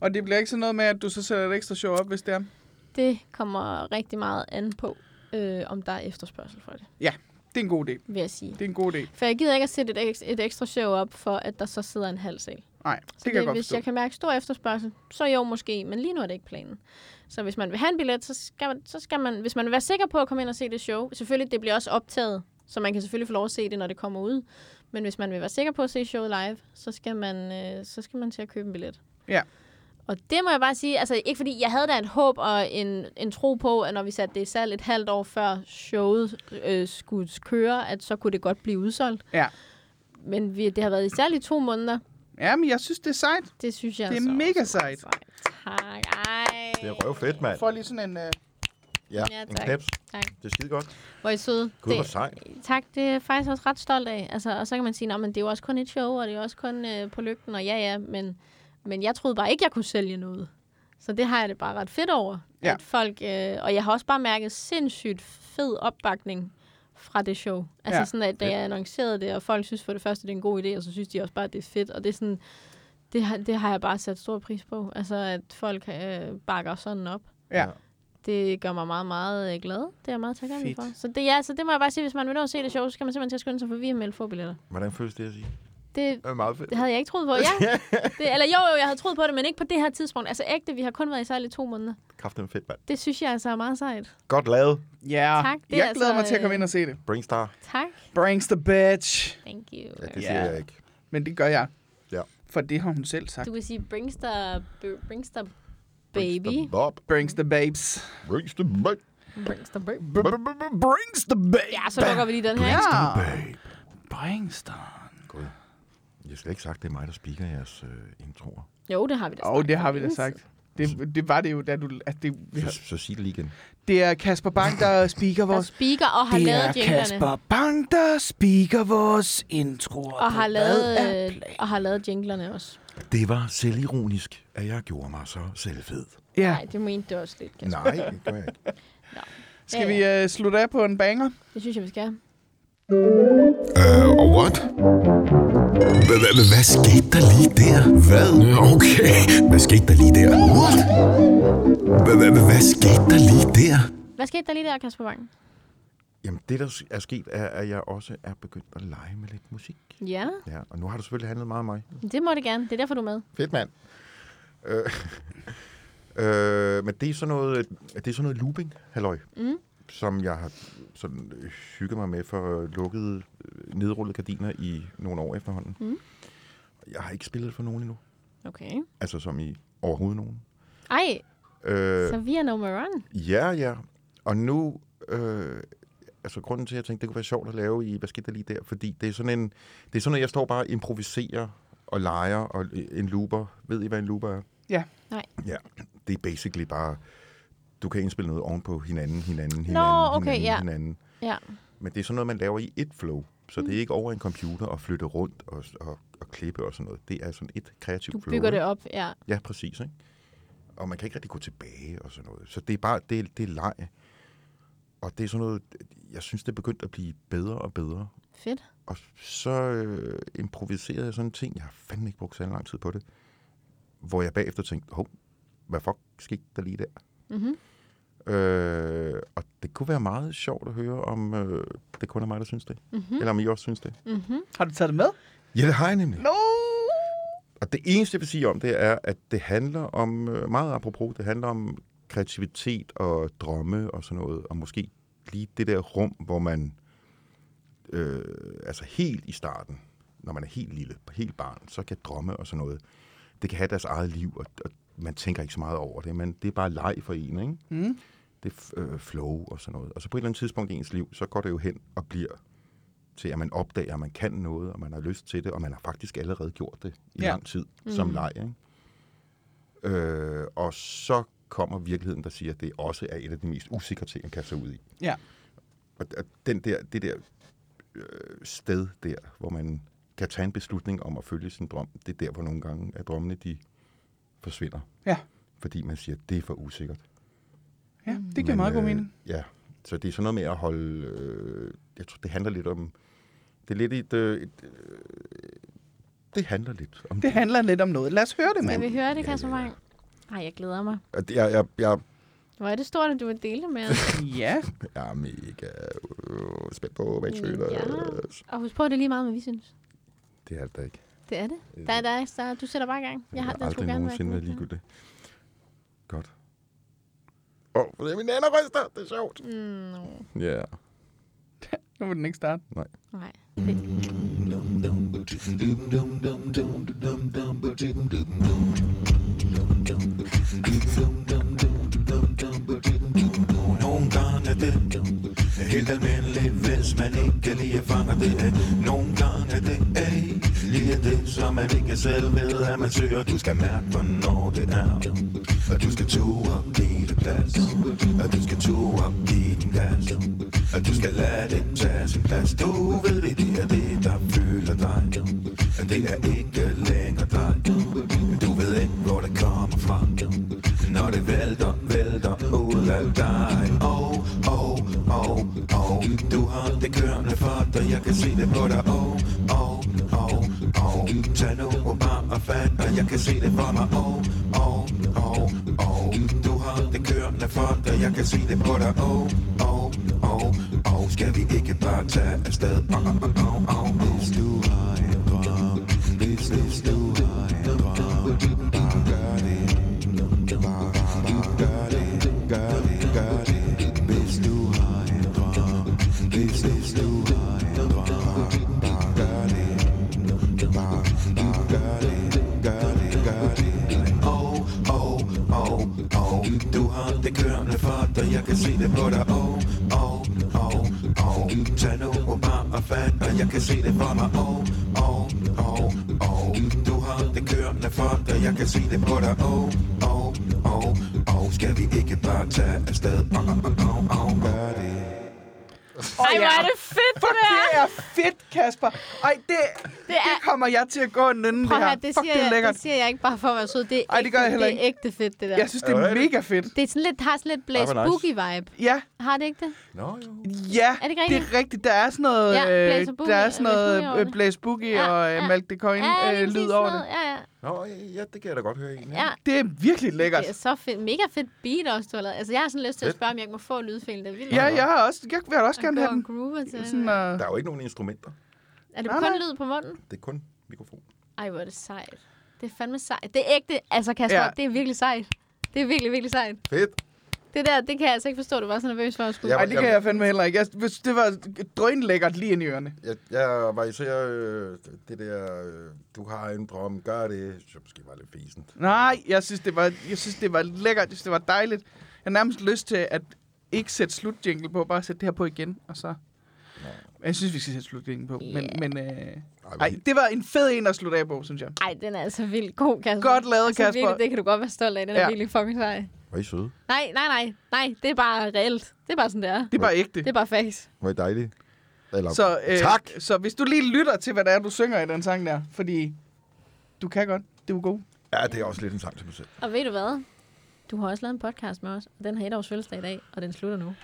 S3: Og det bliver ikke sådan noget med, at du så sætter et ekstra show op, hvis det er.
S1: Det kommer rigtig meget an på, øh, om der er efterspørgsel for det,
S3: Ja, det er en god idé.
S1: vil jeg sige.
S3: Det er en god idé.
S1: For jeg gider ikke at sætte et, ek- et ekstra show op, for at der så sidder en halv sal.
S3: Nej, det
S1: Så
S3: kan jeg godt
S1: hvis
S3: forstå.
S1: jeg kan mærke stor efterspørgsel, så jo måske, men lige nu er det ikke planen. Så hvis man vil have en billet, så skal man, så skal man hvis man vil være sikker på at komme ind og se det show, selvfølgelig det bliver også optaget, så man kan selvfølgelig få lov at se det, når det kommer ud. Men hvis man vil være sikker på at se showet live, så skal man, øh, så skal man til at købe en billet.
S3: Ja.
S1: Og det må jeg bare sige, altså ikke fordi, jeg havde da et håb og en, en tro på, at når vi satte det i salg et halvt år før showet øh, skulle køre, at så kunne det godt blive udsolgt.
S3: Ja.
S1: Men vi, det har været i salg i to måneder,
S3: Ja, men jeg synes, det er sejt.
S1: det synes jeg
S3: Det er
S1: så
S3: mega
S1: også
S3: sejt.
S1: Tak. Ej.
S2: Det er røvfedt, mand.
S3: Får lige sådan en... Øh...
S2: Ja,
S1: Ja,
S2: en
S1: tak.
S2: knaps.
S1: Tak.
S2: Det er skide godt.
S1: Hvor er I søde.
S2: Gud, hvor sejt.
S1: tak, det er jeg faktisk også ret stolt af. Altså, og så kan man sige, at det er jo også kun et show, og det er jo også kun øh, på lygten, og ja, ja, men, men jeg troede bare ikke, jeg kunne sælge noget. Så det har jeg det bare ret fedt over.
S3: Ja.
S1: At folk, øh, og jeg har også bare mærket sindssygt fed opbakning fra det show. Altså
S3: Ja.
S1: ja. sådan, at da jeg annoncerede det, og folk synes for det første, det er en god idé, og så synes de også bare, at det er fedt. Og det er sådan, det har, det har jeg bare sat stor pris på. Altså, at folk øh, bakker sådan op.
S3: Ja.
S1: Det gør mig meget, meget øh, glad. Det er jeg meget taknemmelig for.
S3: Fedt.
S1: Så det, ja, så det må jeg bare sige, hvis man vil nå at se det show, så skal man simpelthen til at skynde sig, for vi har meldt få billetter.
S2: Hvordan føles det at sige?
S1: Det,
S2: Det er meget fedt.
S1: det havde jeg ikke troet på. Ja. Det, eller jo, jo, jeg havde troet på det, men ikke på det her tidspunkt. Altså ægte, vi har kun været i sejl i to måneder.
S2: Kraften fedt, mand.
S1: Det synes jeg altså er meget sejt.
S2: Godt lavet.
S3: Ja,
S1: Tak, det er
S3: jeg glæder
S1: altså,
S3: mig til at komme
S1: øh,
S3: ind og se det.
S2: Bringstar.
S1: Tak.
S3: Brings the bitch.
S1: Thank you.
S2: Ja, det
S3: Ja.
S2: siger jeg ikke.
S3: Men det gør jeg.
S2: Ja.
S3: For det har hun selv sagt.
S1: Du kan sige Bringster, Bringster Baby.
S2: Brings the Bob.
S3: Brings the babes.
S2: Brings the Bob.
S1: Bringster Baby.
S3: Brings the babes.
S1: Ja, så lukker vi lige den her.
S3: Ja.
S1: ikke?
S3: Brings the...
S2: God. Jeg har slet ikke sagt, det er mig, der speaker jeres øh, introer.
S1: Jo, det har vi da
S3: Åh, oh,
S1: snakket
S3: det har
S1: om
S3: vi da
S1: længe
S3: sagt. Det, det var det jo, da du... At det, vi har-
S2: Så, så sig det lige igen.
S3: det er Kasper Bang, der speaker
S1: siden. Der
S3: vores...
S1: speaker og har
S3: Det
S1: lavet
S3: er
S1: jinglerne.
S3: Kasper Bang, der speaker vores introer.
S1: Og har
S3: på
S1: lavet,
S3: Hvad er
S1: øh,
S3: planen?
S1: og har lavet jinglerne også.
S2: Det var selvironisk, at jeg gjorde mig så selvfed.
S3: Ja.
S1: Nej, det mente du også lidt, Kasper.
S2: Nej, det gør jeg ikke.
S3: Skal vi øh, slutte af på en banger?
S1: Det synes jeg, vi skal.
S4: Øh, og what? Hva- hva- hva- Hvad skete der lige der? Hvad? Okay. Hvad skete der lige der? What? Hva- hva- hva- Hvad skete der lige der?
S1: Hvad skete der lige der, Kasper Bang?
S2: Jamen, det der er sket, er, at jeg også er begyndt at lege med lidt musik.
S1: Ja,
S2: Ja, og nu har det selvfølgelig handlet meget om mig.
S1: det må det gerne. Det er derfor, du er med.
S2: Fedt, mand. Øh, øh, men det er sådan noget, det er sådan noget looping, halløj,
S1: Mm.
S2: som jeg har sådan øh, hygget mig med for lukkede, øh, nedrullede gardiner i nogle år efterhånden.
S1: Mm.
S2: Jeg har ikke spillet for nogen endnu.
S1: Okay.
S2: Altså som i overhovedet nogen.
S1: Ej,
S2: Øh,
S1: så vi er nummer one.
S2: Ja, ja. Og nu, øh, altså grunden til, at jeg tænkte, det kunne være sjovt at lave i, hvad skete der lige der? Fordi det er sådan en, det er sådan, at jeg står bare og improviserer og leger, og øh, en looper, ved I, hvad en looper er?
S3: Ja.
S1: Nej.
S2: Ja, det er basically bare, du kan indspille noget oven på hinanden, hinanden, hinanden,
S1: okay,
S2: hinanden,
S1: ja.
S2: hinanden.
S1: Ja.
S2: Men det er sådan noget, man laver i et flow. Så
S1: Mm.
S2: det er ikke over en computer og flytte rundt og, og, og klippe og sådan noget. Det er sådan et kreativt
S1: Du
S2: flow.
S1: bygger
S2: ikke?
S1: det op, ja.
S2: Ja, præcis. Ikke? Og man kan ikke rigtig gå tilbage og sådan noget. Så det er bare, det, er, det er leg. Og det er sådan noget, jeg synes, det er begyndt at blive bedre og bedre.
S1: Fedt.
S2: Og så øh, improviserede jeg sådan en ting, jeg har fandme ikke brugt særlig lang tid på det, hvor jeg bagefter tænkte, hov, hvad fuck skete der lige der?
S1: Mm-hmm.
S2: Øh, og det kunne være meget sjovt at høre, om øh, det kun er mig, der synes det. Mm-hmm. Eller om I også synes det.
S1: Mm-hmm.
S3: Har du taget det med?
S2: Ja, det har jeg nemlig.
S3: No!
S2: Og det eneste, jeg vil sige om det, er, at det handler om, øh, meget apropos, det handler om kreativitet og drømme og sådan noget, og måske lige det der rum, hvor man, øh, altså helt i starten, når man er helt lille, helt barn, så kan drømme og sådan noget, det kan have deres eget liv, og, og man tænker ikke så meget over det, men det er bare leg for en, ikke?
S3: Mm.
S2: Det er f- øh, flow og sådan noget. Og så på et eller andet tidspunkt i ens liv, så går det jo hen og bliver til, at man opdager, at man kan noget, og man har lyst til det, og man har faktisk allerede gjort det i
S3: Ja.
S2: ja. lang tid mm. som leg. Ikke? Øh, og så kommer virkeligheden, der siger, at det også er et af de mest usikre ting, man kan tage sig ud i.
S3: Ja.
S2: Og, og den der, det der øh, sted der, hvor man kan tage en beslutning om at følge sin drøm, det er der, hvor nogle gange, at drømmene de forsvinder.
S3: Ja.
S2: Fordi man siger, at det er for usikkert.
S3: Ja, det giver
S2: Men,
S3: meget god
S2: øh,
S3: mening.
S2: Ja, så det er sådan noget med at holde... Øh, jeg tror, det handler lidt om... Det er lidt et... Øh, et øh, det handler lidt om
S3: Det
S2: det.
S3: handler lidt om noget. Lad os høre det,
S1: Skal
S3: mand.
S1: vi høre det,
S2: Ja,
S1: Kasper
S2: ja, ja.
S1: Bang? Ej, jeg glæder mig.
S2: Og det- Jeg, jeg, jeg,
S1: Hvor er det stort, at du vil dele det med os.
S3: Ja.
S2: jeg er mega øh, spændt på, hvad I
S1: Mm,
S2: føler.
S1: ja. Og husk på, at det er lige meget, hvad vi synes.
S2: Det er det da ikke.
S1: Det er det.
S3: Øh,
S1: Der er dig, der, du sætter bare i gang. Jeg har
S2: det
S1: den skulle
S2: aldrig
S1: gerne
S2: nogensinde
S1: være
S2: været ligegyldigt. Godt. Åh, oh, det er min nænder ryster. Det er sjovt.
S1: Mm, no.
S2: Ja. Yeah.
S3: Nu vil den ikke starte.
S1: Nej. Det,
S4: Nogle gange er det helt almindeligt, hvis man ikke lige fanger det. Nogle gange er det ey, lige det, som man ikke selv ved, at man søger. Du skal mærke, hvornår det er. Og du skal ture og give det plads. Og du skal ture og give din gas. Og du skal lade det tage sin plads. Du ved, det er det, der fylder dig. Og det er ikke længere dig. Du ved ikke, hvor det kommer fra. Når det vælter, vælter ud af dig. Oh, oh, oh, oh. Du har det kørende for dig. Jeg kan se det på dig. Oh, oh, oh, oh. Tag nu og bare og fat, og jeg kan se det for mig. Oh, oh, oh, oh. Du har det kørende for dig. Jeg kan se det på dig. Oh, oh, oh, oh. Skal vi ikke bare tage afsted? Oh, oh, oh, oh. Hvis du har en drøm, hvis, hvis du har en drøm, bare gør det. Bare, bare gør det, gør det, gør det. Hvis du har en drøm, hvis, hvis du har en drøm, bare, bare gør det. Bare, bare gør det, gør det, gør det. Oh, oh, oh, oh. Du har det kørende for dig, jeg kan se det på dig. Oh, oh, oh, oh. Tag nu og bare og fat, og jeg kan se det for mig. Oh, oh, oh, oh. Du har det kørende for dig, jeg kan se det på dig. Oh, oh, oh, oh. Skal vi ikke bare tage afsted? Oh, oh, oh, oh. Gør det.
S1: ej, hvor er det fedt,
S3: Fuck,
S1: det
S3: det
S1: der.
S3: er fedt, Kasper. Ej, det, det,
S1: er-
S3: det kommer jeg til at gå og nynne
S1: Prøv
S3: det
S1: at
S3: her.
S1: høre, det
S3: Fuck,
S1: siger,
S3: det er
S1: jeg,
S3: lækkert.
S1: det siger jeg ikke bare for mig så Det er
S3: Ej, det
S1: ægte,
S3: gør jeg heller
S1: Det er ægte fedt, det der.
S3: Jeg synes, det er
S2: Ja, det er
S3: mega fedt.
S1: Det er sådan lidt, har sådan lidt Blaze
S2: Ej, hvor nice.
S1: Boogie-vibe.
S3: Ja,
S1: Har det ikke det?
S2: Nå, jo.
S3: ja.
S1: Er det ikke
S3: det
S1: rigtigt?
S3: er rigtigt. Der er sådan noget,
S1: Ja,
S3: øh,
S1: Blaze og Boogie-
S3: der er sådan
S1: Blaze Boogie
S3: noget
S1: over
S3: øh,
S1: det.
S3: Blaze Boogie
S1: Ja,
S3: og øh,
S1: ja.
S3: Malk the Coin
S1: Ja,
S3: øh,
S1: lige
S3: lyd
S1: præcis
S3: over
S1: sådan
S3: det. Mm.
S1: noget. Ja, ja.
S2: Nå, ja, det kan jeg da godt høre egentlig.
S1: Ja,
S3: Det er virkelig lækkert.
S1: det er så fedt. Mega fedt beat også, du har lavet. Altså, jeg har sådan lyst til at
S2: Fedt.
S1: spørge, om jeg ikke må få lydfilen. Det er vildt.
S3: Ja,
S1: nok.
S3: jeg, har også, jeg vil også
S1: Og
S3: gerne
S1: gå
S3: have
S1: og øh?
S3: den.
S1: groove til.
S3: Sådan, uh,
S2: Der er jo ikke nogen instrumenter.
S1: er det
S3: Nej,
S1: kun
S3: nej.
S1: lyd på munden?
S2: Det er kun mikrofon.
S1: Ej, hvor er det sejt. Det er fandme sejt. Det er ægte. Altså, Kasper,
S3: Ja.
S1: ja. det er virkelig sejt. Det er virkelig, virkelig sejt.
S2: Fedt.
S1: Det der, det kan jeg altså ikke forstå, du var så nervøs for at skulle.
S2: Ja.
S3: ej, det kan jeg fandme heller ikke. Jeg, hvis det var drønlækkert lige ind i ørerne.
S2: Jeg, jeg var især øh, det der, øh, du har en drøm, gør det, som måske var lidt fæsent.
S3: Nej, jeg synes, det var, jeg synes, det var lækkert. Jeg synes, det var dejligt. Jeg har nærmest lyst til at ikke sætte slutjingle på, bare sætte det her på igen, og så... Jeg synes, vi skal sætte slutjingle på, men...
S1: Ja.
S3: men øh...
S2: Ej, hvor
S3: Ej, det var en fed en at slutte af på, synes jeg.
S1: Ej, den er altså vildt god, Kasper.
S3: Godt lavet,
S1: altså,
S3: Kasper.
S1: Virkelig, det kan du godt være stolt af. Den er
S3: Ja.
S1: ja. virkelig fucking sej.
S2: Var I søde?
S1: Nej, nej, nej. Nej, det er bare reelt. Det er bare sådan, det er.
S3: Det er bare ægte.
S1: Det er bare facts.
S2: Var I dejlige? Eller,
S3: Så, øh,
S2: tak!
S3: så hvis du lige lytter til, hvad det er, du synger i den sang der, fordi du kan godt, det er jo god.
S2: Ja, det er også lidt en sang til mig selv.
S1: Og ved du hvad? Du har også lavet en podcast med os, og den har et års fødselsdag i dag, og den slutter nu.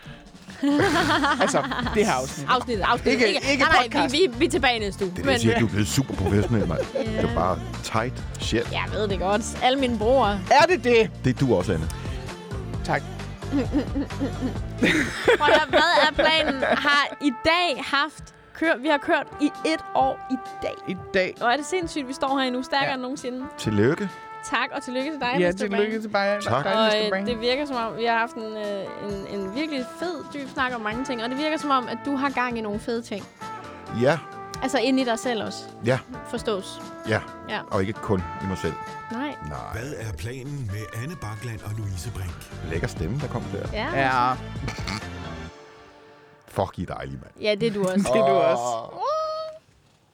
S3: Altså, det her afsnit.
S1: Afsnittet, afsnittet.
S3: Ikke- ikke
S1: nej, nej,
S3: podcast.
S1: vi, vi, vi er tilbage i næste uge.
S2: Det er det, jeg siger, du er blevet super professionel, mand. Det er bare tight shit.
S1: jeg ved det godt. Alle mine bror.
S3: Er det det?
S2: Det er du også, Anne.
S3: Tak.
S1: Prøv at høre, hvad er planen? Har i dag haft... Kør, vi har kørt i et år i dag.
S3: I dag.
S1: Og er det sindssygt, vi står her endnu stærkere
S3: Ja.
S1: ja. end nogensinde.
S2: Tillykke.
S1: Tak, og tillykke til dig,
S3: Ja,
S1: Mr.
S3: tillykke til dig,
S2: Tak.
S3: dig,
S1: Og
S3: Mr.
S1: øh,
S3: Brain.
S1: det virker som om, vi har haft en, øh, en, en virkelig fed, dyb snak om mange ting. Og det virker som om, at du har gang i nogle fede ting.
S2: Ja,
S1: Altså inde i dig selv også.
S2: ja,
S1: Forstås.
S2: ja.
S1: Ja.
S2: Og ikke kun i mig selv.
S1: Nej.
S2: Nej,
S4: Hvad er planen med Anne Bakland og Louise Brink?
S2: lækker stemme, der kom der.
S1: Ja.
S3: Ja,
S2: Fuck, I er dejlige, mand.
S1: ja, det er du også.
S3: det er du også.
S2: Åh.